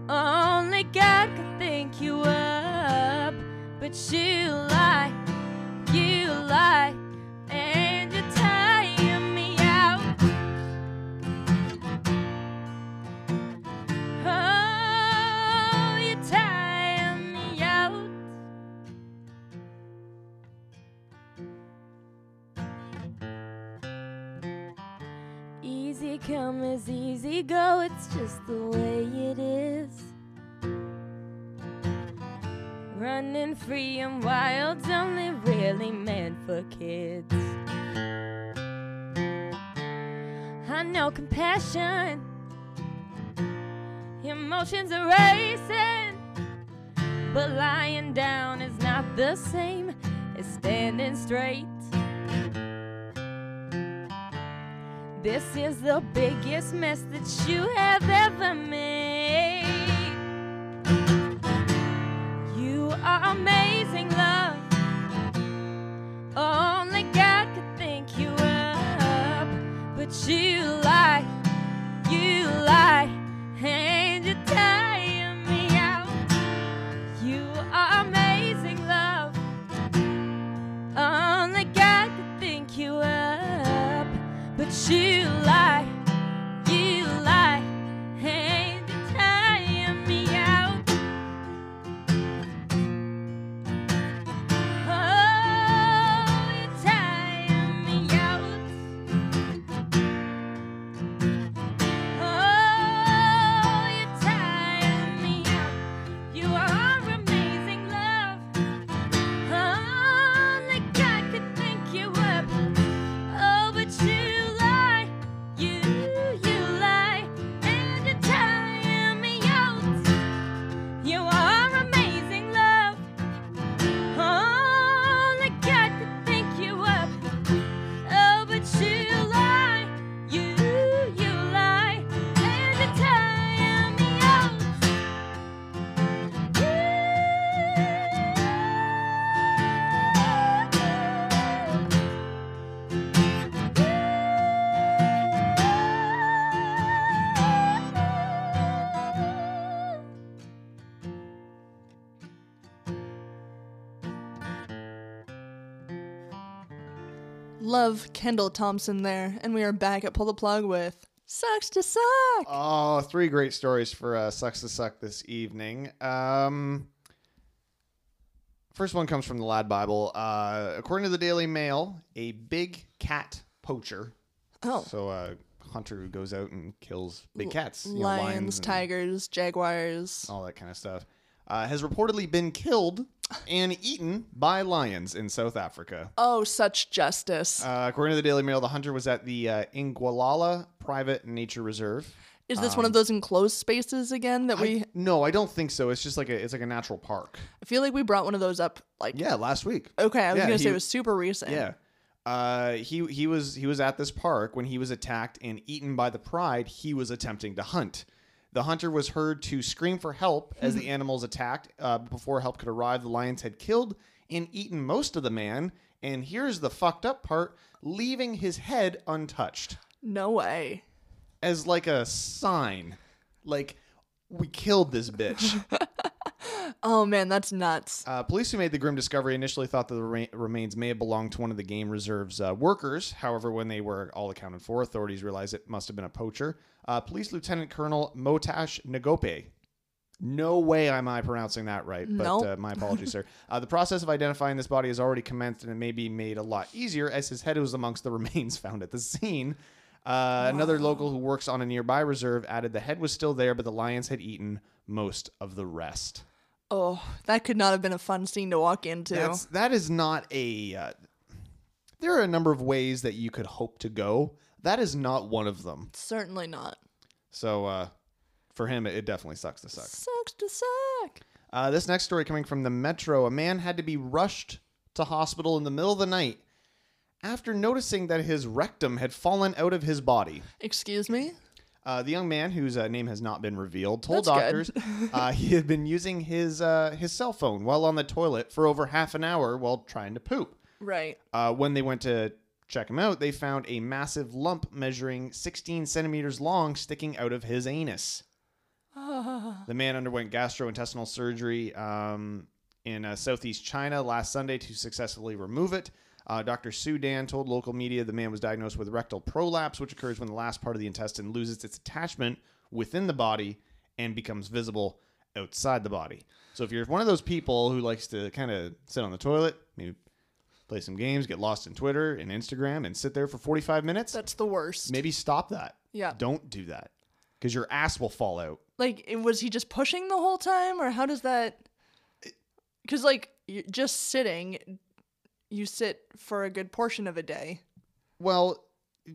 S10: Only God could think you up. But you lie, you lie, and you tire me out. Oh, you tire me out. Easy come is easy go, it's just the way it is. Running free and wild's only really meant for kids. I know compassion, emotions are racing, but lying down is not the same as standing straight. This is the biggest mess that you have ever made. You are amazing, love. Only God could think you up, but you lie, you lie, and you tire me out. You are amazing, love. Only God could think you up, but you lie, you lie, and you tire me out. Oh, you tire me out. Oh, you tire me out. You are amazing, love. Only God could think you up. Oh, but you lie, you, you lie, and you tire me out. You are amazing, love. Only God could think you up. Oh, but you lie, you, you lie, and you tire me out.
S3: Love Kendall Thompson there, and we are back at Pull the Plug with Sucks to Suck.
S1: Oh, three great stories for uh, Sucks to Suck this evening. Um, first one comes from the Lad Bible. Uh, according to the Daily Mail, a big cat poacher.
S3: Oh.
S1: So a hunter who goes out and kills big cats. you know,
S3: Lions,
S1: and Oh.
S3: tigers, jaguars.
S1: All that kind of stuff. Uh, has reportedly been killed and eaten by lions in South Africa.
S3: Oh, such justice.
S1: Uh, according to the Daily Mail, the hunter was at the uh, Ingwalala Private Nature Reserve.
S3: Is this one of those enclosed spaces again that we?
S1: um, I, no, I don't think so. It's just like a it's like a natural park.
S3: I feel like we brought one of those up. Like
S1: Yeah, last week.
S3: Okay, I was
S1: Yeah,
S3: gonna say
S1: he-
S3: it was super recent.
S1: Yeah. Uh, he he was he was at this park when he was attacked and eaten by the pride he was attempting to hunt. The hunter was heard to scream for help as the animals attacked. Uh, before help could arrive, the lions had killed and eaten most of the man. And here's the fucked up part: leaving his head untouched
S3: No way.
S1: as like a sign, like we killed this bitch.
S3: Oh man, that's nuts.
S1: Uh, police who made the grim discovery initially thought that the re- remains may have belonged to one of the game reserve's uh, workers. However, when they were all accounted for, authorities realized it must have been a poacher. Uh, Police Lieutenant Colonel Motash Nagope. No way am I pronouncing that right, but
S3: Nope.
S1: uh, my apologies, sir. Uh, the process of identifying this body has already commenced and it may be made a lot easier as his head was amongst the remains found at the scene. Uh, Another local who works on a nearby reserve added the head was still there, but the lions had eaten most of the rest.
S3: Oh, that could not have been a fun scene to walk into.
S1: That's, that is not a. Uh, there are a number of ways that you could hope to go. That is not one of them.
S3: Certainly not.
S1: So uh, for him, it, it definitely sucks to suck.
S3: Sucks to suck.
S1: Uh, this next story coming from the Metro: a man had to be rushed to hospital in the middle of the night after noticing that his rectum had fallen out of his body.
S3: Excuse me.
S1: Uh, the young man, whose uh, name has not been revealed, told
S3: That's
S1: doctors
S3: good.
S1: uh, he had been using his uh, his cell phone while on the toilet for over half an hour while trying to poop.
S3: Right.
S1: Uh, when they went to check him out, they found a massive lump measuring 16 centimeters long sticking out of his anus. The man underwent gastrointestinal surgery um, in uh, southeast China last Sunday to successfully remove it. Uh, Dr. Sue Dan told local media the man was diagnosed with rectal prolapse, which occurs when the last part of the intestine loses its attachment within the body and becomes visible outside the body. So if you're one of those people who likes to kind of sit on the toilet, maybe play some games, get lost in Twitter and Instagram, and sit there for 45 minutes,
S3: That's the worst.
S1: maybe stop that.
S3: Yeah.
S1: Don't do that because your ass will fall out.
S3: Like, it- was he just pushing the whole time, or how does that? Because like, y- just sitting, you sit for a good portion of a day.
S1: Well,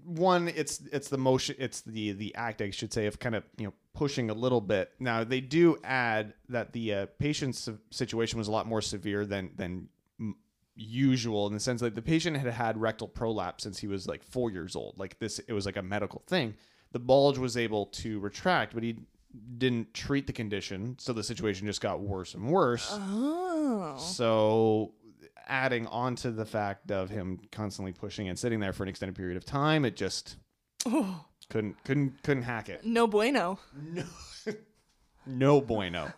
S1: one, it's it's the motion, it's the the act, I should say, of kind of you know pushing a little bit. Now they do add that the uh, patient's situation was a lot more severe than than m- usual in the sense that the patient had had rectal prolapse since he was like four years old. Like this, it was like a medical thing. The bulge was able to retract, but he didn't treat the condition, so the situation just got worse and worse.
S3: Oh.
S1: So adding on to the fact of him constantly pushing and sitting there for an extended period of time, it just couldn't couldn't couldn't hack it.
S3: No bueno.
S1: No bueno.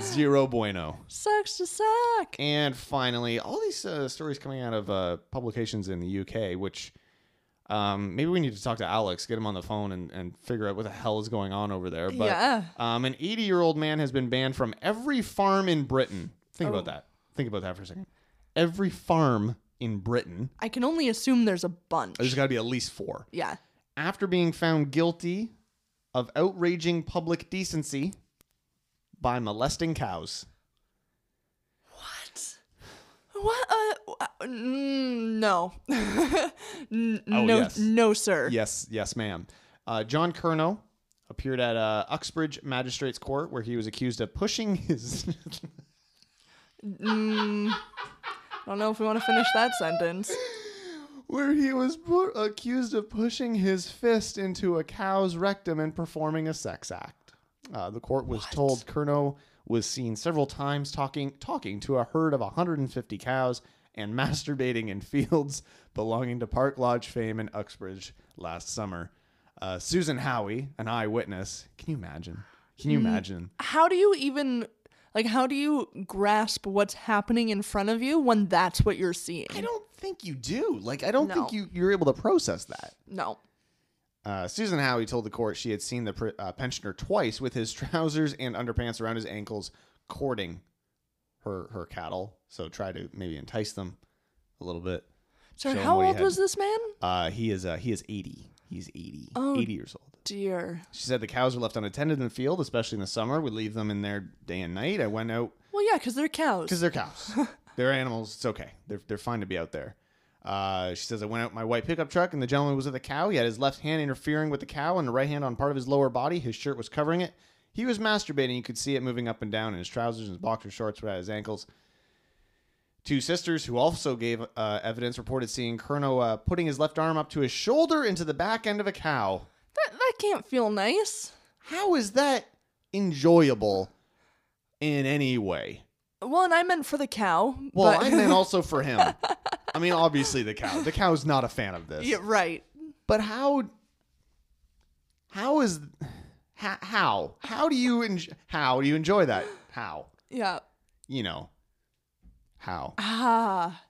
S1: Zero bueno.
S3: Sucks to suck.
S1: And finally, all these uh, stories coming out of uh, publications in the UK, which um, maybe we need to talk to Alex, get him on the phone, and, and figure out what the hell is going on over there. But
S3: Yeah.
S1: um, an 80 year old man has been banned from every farm in Britain. Think about that. Think about that for a second. Every farm in Britain,
S3: I can only assume there's a bunch.
S1: there's got to be at least four.
S3: Yeah.
S1: After being found guilty of outraging public decency by molesting cows.
S3: What? What? Uh, uh, mm, no. N-
S1: Oh,
S3: no.
S1: yes.
S3: No, sir.
S1: Yes, yes, ma'am. Uh, John Curnow appeared at uh, Uxbridge Magistrates Court where he was accused of pushing his.
S3: I don't know if we want to finish that sentence.
S1: where he was pu- accused of pushing his fist into a cow's rectum and performing a sex act. Uh, the court was told Curnow was seen several times talking talking to a herd of 150 cows and masturbating in fields belonging to Park Lodge fame in Uxbridge last summer. Uh, Susan Howie, an eyewitness, can you imagine? Can you imagine?
S3: How do you even like? How do you grasp what's happening in front of you when that's what you're seeing?
S1: I don't think you do. Like, I don't think
S3: Mm. No.
S1: you, you're able to process that.
S3: No.
S1: Uh, Susan Howie told the court she had seen the pr- uh, pensioner twice with his trousers and underpants around his ankles, courting her her cattle. So try to maybe entice them a little bit.
S3: So
S1: Show 'em
S3: how
S1: what he
S3: old
S1: had.
S3: was this man?
S1: Uh, he is uh, he is eighty. He's 80.
S3: Oh.
S1: 80 years old.
S3: Dear.
S1: She said the cows are left unattended in the field, especially in the summer. We leave them in there day and night. I went out
S3: Well, yeah, because they're cows.
S1: because they're cows. they're animals. It's okay. They're, they're fine to be out there. Uh, she says, I went out in my white pickup truck and the gentleman was with a cow. He had his left hand interfering with the cow and the right hand on part of his lower body. His shirt was covering it. He was masturbating. You could see it moving up and down in his trousers and his boxer shorts were at his ankles. Two sisters who also gave uh, evidence reported seeing Kerno uh, putting his left arm up to his shoulder into the back end of a cow.
S3: that, that can't feel nice.
S1: How is that enjoyable in any way?
S3: Well, and I meant for the cow.
S1: Well,
S3: but...
S1: I meant also for him. I mean, obviously the cow. The cow's not a fan of this.
S3: yeah, right.
S1: But how? How is? How? How, how do you? enj how do you enjoy that? How?
S3: Yeah.
S1: You know? How?
S3: Ah,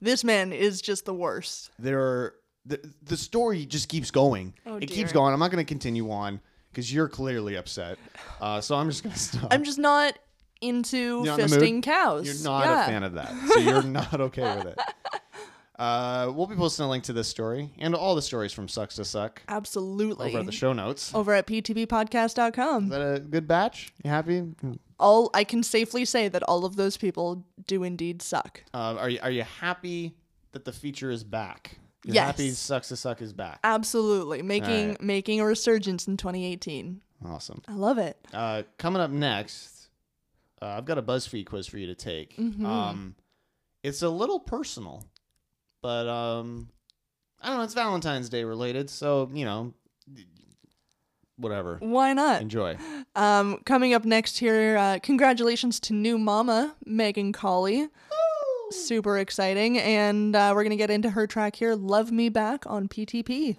S3: this man is just the worst.
S1: There. Are, the the story just keeps going.
S3: Oh,
S1: it keeps
S3: dear.
S1: going. I'm not going to continue on because you're clearly upset. Uh, so I'm just going to stop.
S3: I'm just not into
S1: You're not in the
S3: fisting
S1: mood?
S3: cows.
S1: You're not
S3: yeah.
S1: a fan of that. So you're not okay with it. Uh, we'll be posting a link to this story and all the stories from Sucks to Suck
S3: Absolutely.
S1: over at the show notes.
S3: Over at ptbpodcast.com.
S1: oh, Is that a good batch? You happy?
S3: all I can safely say that all of those people do indeed suck.
S1: Uh, are you are you happy that the feature is back? You're
S3: Yes.
S1: Happy sucks to suck is back.
S3: Absolutely, making
S1: right.
S3: making a resurgence in 2018.
S1: Awesome.
S3: I love it.
S1: Uh, coming up next, uh, I've got a BuzzFeed quiz for you to take. Um, it's a little personal, but um, I don't know. It's Valentine's Day related, so you know, whatever.
S3: Why not?
S1: Enjoy.
S3: Um, coming up next here, uh, congratulations to new mama Megan Colley. Super exciting, and uh, we're gonna get into her track here, "Love Me Back" on PTP.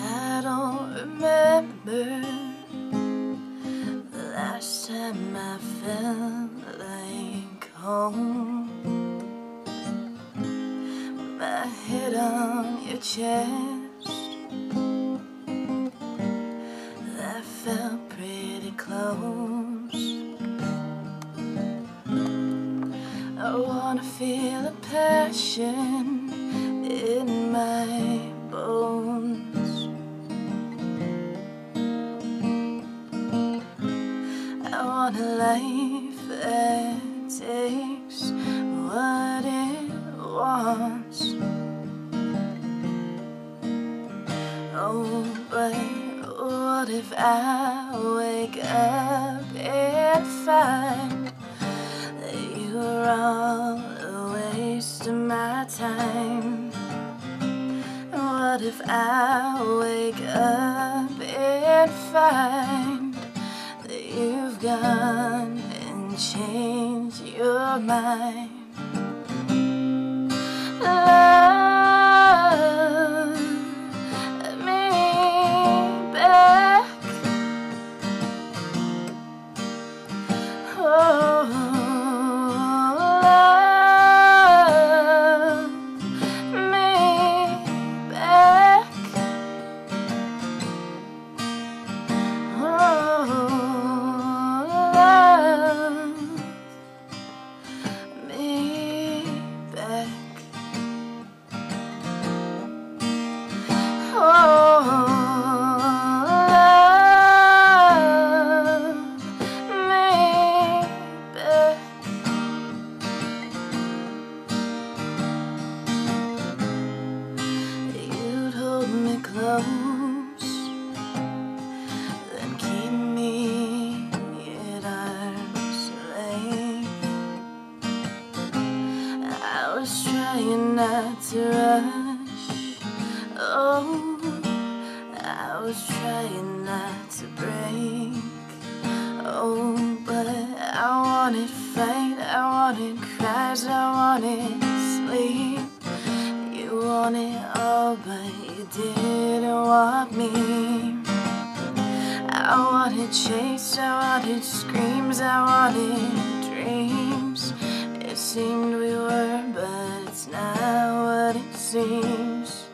S11: I don't remember the last time I felt like home. My head on your chest, I felt pretty close. I wanna feel the passion in my bones. I want a life that takes what it wants. way. Oh, What if I wake up and find that you are all a waste of my time? What if I wake up and find that you've gone and changed your mind? Love me back. Oh, love me back. Oh, love me back. I was Trying not to rush. Oh, I was trying not to break. Oh, but I wanted fight, I wanted cries, I wanted sleep. You wanted all, but you didn't want me. I wanted chase, I wanted screams, I wanted dreams. It seemed we were, but it's not what it seems.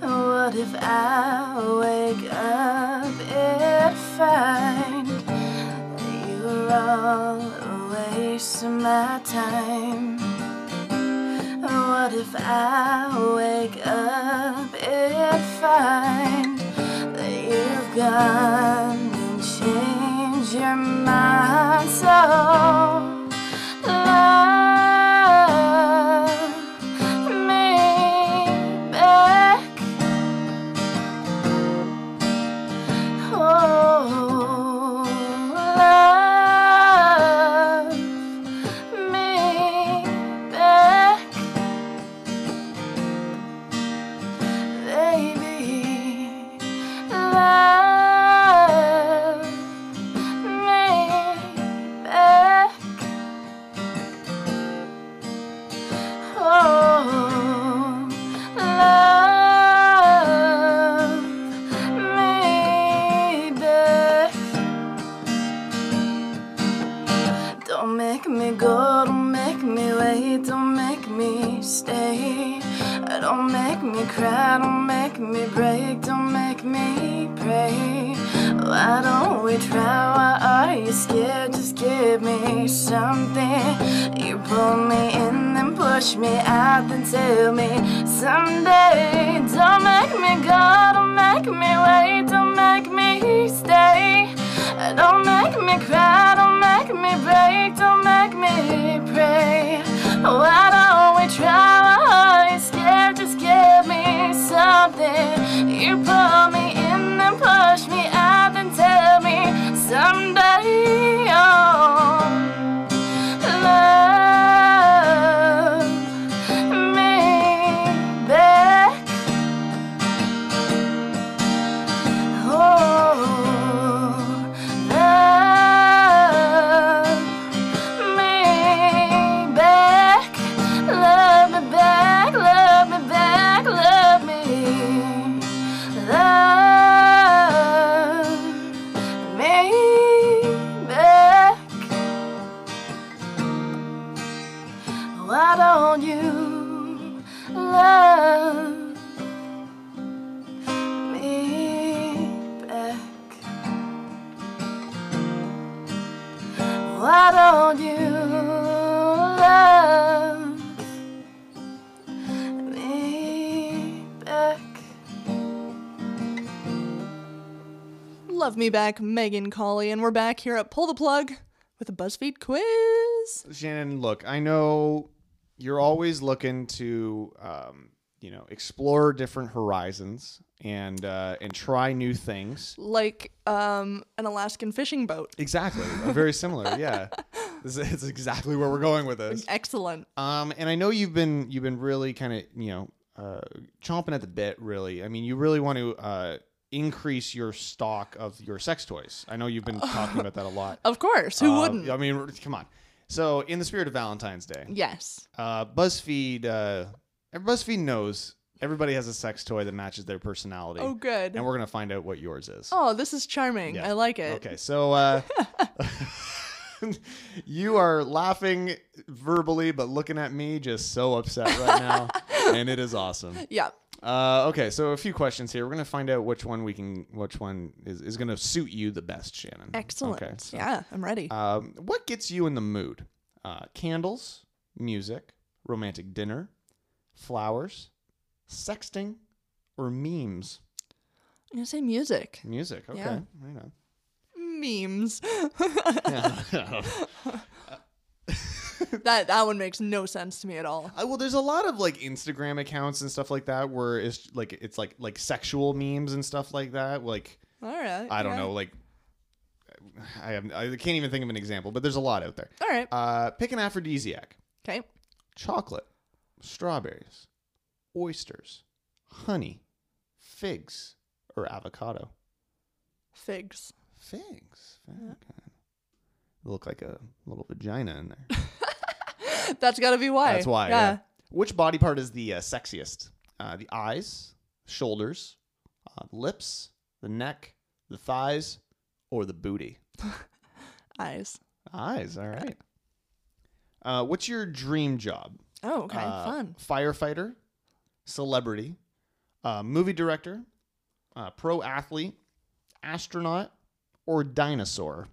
S11: What if I wake up and find that you were all a waste of my time? What if I wake up and find that you've gone and changed your mind? So love me back. Oh, love me back, baby. Love me back. Oh, love me back. Don't make me go, don't make me wait, don't make me stay. Don't make me cry, don't make me break, don't make me pray. Why don't we try? Why are you scared? Just give me something. You pull me in, then push me out, then tell me someday. Don't make me go, don't make me wait, don't make me stay. Don't make me cry, don't make me break, don't make me pray. Why don't we try? Why are you scared? Just give me something. You pull me in, then push me out, then tell me someday. Oh, love me back. Oh. Love me back, love me back, love me back, love me, love me back. Why don't you love me back? Why don't you love me back?
S3: Love me back, Megan Colley, and we're back here at Pull the Plug with a BuzzFeed quiz.
S1: Shannon, look, I know you're always looking to um, you know explore different horizons and uh, and try new things.
S3: like um, an Alaskan fishing boat.
S1: Exactly, very similar. Yeah, this is it's exactly where we're going with this.
S3: Excellent.
S1: Um, and I know you've been you've been really kind of you know uh, chomping at the bit. Really, I mean, you really want to uh, increase your stock of your sex toys. I know you've been talking about that a lot.
S3: Of course, who
S1: Uh,
S3: wouldn't?
S1: I mean, come on. So, in the spirit of Valentine's Day,
S3: Yes.
S1: uh, BuzzFeed, uh, BuzzFeed knows everybody has a sex toy that matches their personality.
S3: Oh, good.
S1: And we're gonna find out what yours is.
S3: Oh, this is charming. I like it.
S1: Okay, so uh, you are laughing verbally, but looking at me just so upset right now, and it is awesome.
S3: Yeah.
S1: Uh, okay, so a few questions here. We're gonna find out which one we can, which one is, is gonna suit you the best, Shannon.
S3: Excellent.
S1: Okay, so,
S3: Yeah, I'm ready.
S1: Um, what gets you in the mood? Uh, candles, music, romantic dinner, flowers, sexting, or memes?
S3: I'm gonna say music.
S1: Music. Okay,
S3: Yeah.
S1: right on.
S3: Memes.
S1: Yeah. Uh,
S3: that that one makes no sense to me at all.
S1: Uh, well, there's a lot of like Instagram accounts and stuff like that where it's like it's like like sexual memes and stuff like that. Like
S3: All right.
S1: I don't
S3: yeah.
S1: know, like I have I can't even think of an example, but there's a lot out there.
S3: All right.
S1: Uh, pick an aphrodisiac:
S3: Okay.
S1: chocolate, strawberries, oysters, honey, figs, or avocado.
S3: Figs.
S1: Figs. Okay. Look like a little vagina in there.
S3: That's gotta be why.
S1: That's why.
S3: Yeah.
S1: yeah. Which body part is the uh, sexiest? Uh, the eyes, shoulders, uh, lips, the neck, the thighs, or the booty?
S3: Eyes.
S1: Eyes. All right. Uh, what's your dream job?
S3: Oh, okay.
S1: Uh,
S3: Fun.
S1: Firefighter, celebrity, uh, movie director, uh, pro athlete, astronaut, or dinosaur?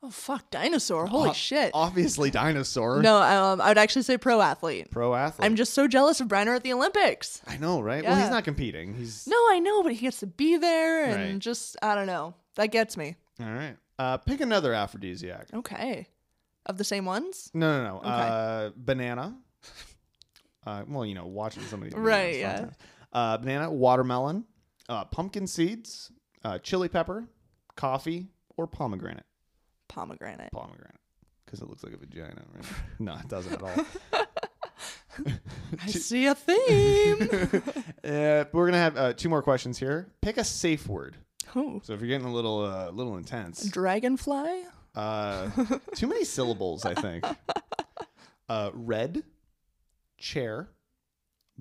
S3: Oh fuck, dinosaur. Holy
S1: O-
S3: shit.
S1: Obviously, dinosaur.
S3: No, um, I would actually say pro athlete.
S1: Pro athlete.
S3: I'm just so jealous of Brenner at the Olympics.
S1: I know, right? Well,
S3: Yeah.
S1: he's not competing. He's
S3: No, I know, but he gets to be there and
S1: Right.
S3: just I don't know. That gets me.
S1: All right. Uh, pick another aphrodisiac.
S3: Okay. Of the same ones?
S1: No, no, no.
S3: Oh. Okay.
S1: Uh, banana. Uh, well, you know, watching somebody.
S3: Right, yeah.
S1: Uh, banana, watermelon, uh, pumpkin seeds, uh, chili pepper, coffee, or pomegranate.
S3: Pomegranate.
S1: Pomegranate. Because it looks like a vagina, right? no, it doesn't at all.
S3: I see a theme.
S1: uh, we're going to have uh, two more questions here. Pick a safe word.
S3: oh.
S1: So if you're getting a little, uh, little intense,
S3: Dragonfly?
S1: Uh, too many syllables, I think. Uh, red, chair,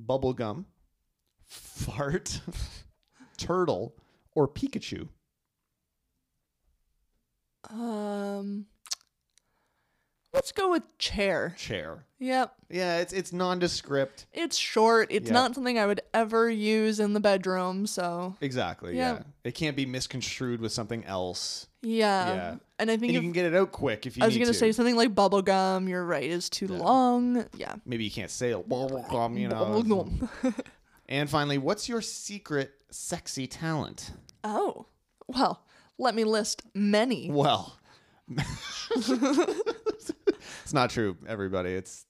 S1: bubblegum, fart, turtle, or Pikachu.
S3: Um Let's go with chair.
S1: Chair.
S3: Yep.
S1: Yeah, it's it's nondescript.
S3: It's short. It's
S1: Yeah.
S3: not something I would ever use in the bedroom, so
S1: Exactly.
S3: Yeah.
S1: Yeah. It can't be misconstrued with something else.
S3: yeah.
S1: yeah.
S3: Um, And I think
S1: And you
S3: if-
S1: can get it out quick if you
S3: I was
S1: need
S3: gonna
S1: to.
S3: say something like bubblegum, you're right, is too long. Yeah.
S1: Maybe you can't say it. Bubblegum, you know.
S3: Bubblegum.
S1: And finally, what's your secret sexy talent?
S3: Oh. Well, let me list many.
S1: Well, it's not true, everybody. It's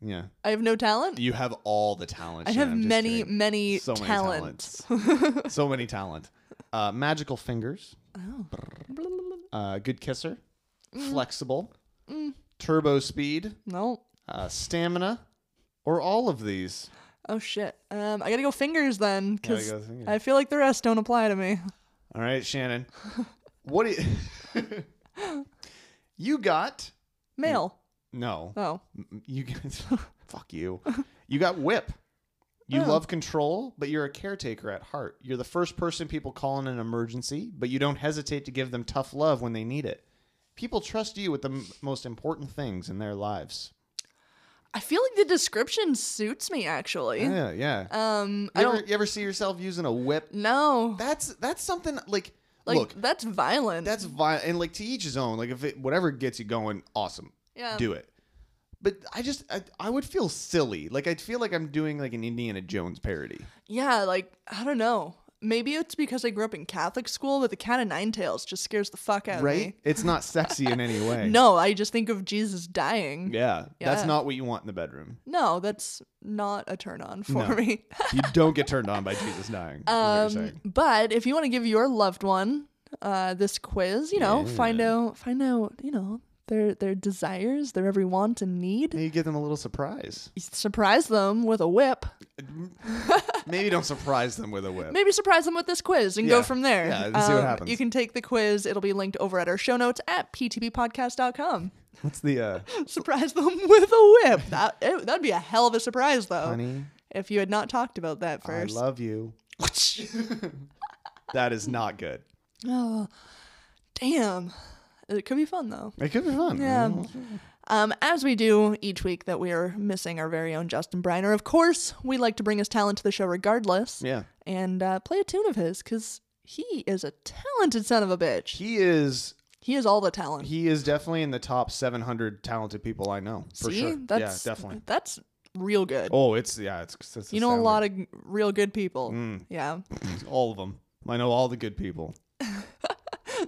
S1: yeah.
S3: I have no talent.
S1: You have all the talent.
S3: I
S1: Shannon.
S3: have
S1: I'm just
S3: many,
S1: kidding.
S3: many
S1: so
S3: talents.
S1: many talents. so many talent. Uh, magical fingers.
S3: Oh.
S1: Uh, good kisser.
S3: Mm.
S1: Flexible. Turbo speed.
S3: No.
S1: Uh, stamina. Or all of these.
S3: Oh shit. Um, I gotta go fingers then,
S1: Gotta
S3: because
S1: go fingers.
S3: I feel like the rest don't apply to me.
S1: All right, Shannon. What do you? you got
S3: Male.
S1: no.
S3: Oh.
S1: M- you guys fuck you you got whip you
S3: Oh.
S1: love control but you're a caretaker at heart you're the first person people call in an emergency but you don't hesitate to give them tough love when they need it people trust you with the m- most important things in their lives
S3: I feel like the description suits me actually.
S1: yeah yeah
S3: Um, I
S1: you, ever,
S3: don't
S1: you ever see yourself using a whip
S3: know.
S1: that's that's something like,
S3: Like
S1: look
S3: that's violent.
S1: that's violent and like to each his own like if it whatever gets you going awesome
S3: Yeah.
S1: do it but i just I, I would feel silly like i'd feel like i'm doing like an indiana jones parody
S3: yeah, like I don't know. Maybe it's because I grew up in Catholic school, but the cat of nine tails just scares the fuck out of
S1: right?
S3: me.
S1: It's not sexy in any way.
S3: No, I just think of Jesus dying.
S1: Yeah,
S3: Yeah.
S1: that's not what you want in the bedroom.
S3: No, that's not a turn on for
S1: No.
S3: me.
S1: you don't get turned on by Jesus dying. is what you're
S3: Um,
S1: saying.
S3: but if you want to give your loved one uh, this quiz, you know, find out, find out, you know, their their desires, their every want and need.
S1: Maybe give them a little surprise.
S3: Surprise them with a whip.
S1: Maybe don't surprise them with a whip.
S3: Maybe surprise them with this quiz and
S1: Yeah.
S3: go from there. Um,
S1: Yeah, and see what happens.
S3: You can take the quiz. It'll be linked over at our show notes at ptbpodcast.com.
S1: What's the uh
S3: Surprise them with a whip. That it, that'd be a hell of a surprise, though.
S1: honey?
S3: If you had not talked about that first.
S1: I love you. that is not good.
S3: Oh, damn. It could be fun though.
S1: It could be fun.
S3: Yeah.
S1: Mm.
S3: Um, as we do each week that we are missing our very own Justin Briner, of course, we like to bring his talent to the show regardless
S1: Yeah.
S3: and uh, play a tune of his because he is a talented son of a bitch.
S1: He is
S3: He has all the talent.
S1: he is definitely in the top 700 talented people I know for
S3: See?
S1: sure.
S3: That's,
S1: yeah, definitely.
S3: That's real good.
S1: Oh, it's yeah, it's, it's
S3: you know a lot of g- real good people.
S1: Mm.
S3: Yeah.
S1: astounding. all of them. I know all the good people.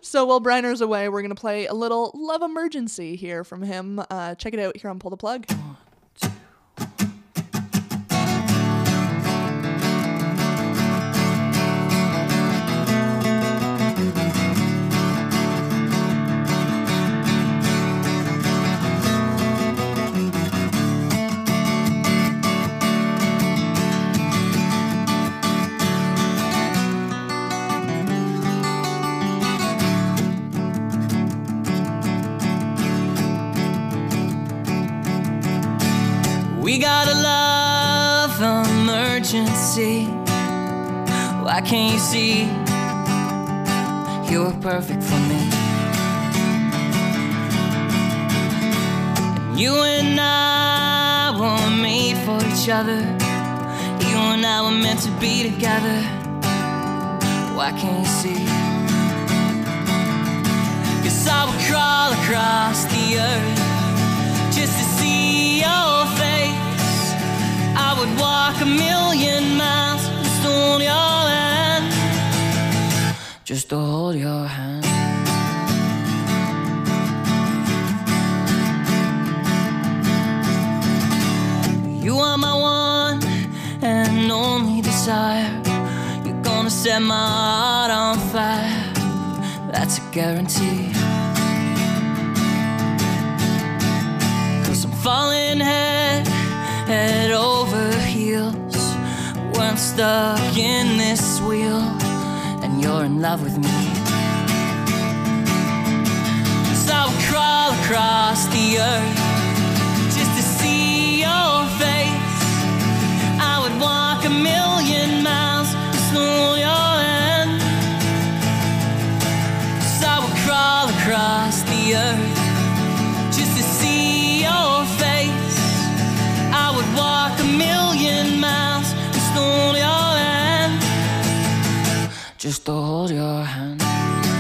S3: So while Briner's away, we're going to play a little Love Emergency here from him. Uh, check it out here on Pull the Plug.
S12: We got a love emergency. Why can't you see? You were perfect for me. You and I were made for each other. You and I were meant to be together. Why can't you see? Cause I would crawl across the earth just to see your face. I would walk a million miles just to hold your hand. Just to hold your hand. You are my one and only desire. You're gonna set my heart on fire. That's a guarantee. Cause I'm falling head, head over heels. When I'm stuck in this wheel, and you're in love with me. So I would crawl across the earth just to see your face. I would walk a million miles just to hold your hand. So I would crawl across the earth just to see your face. I would walk a million miles just to hold your hand. Just to hold your hand.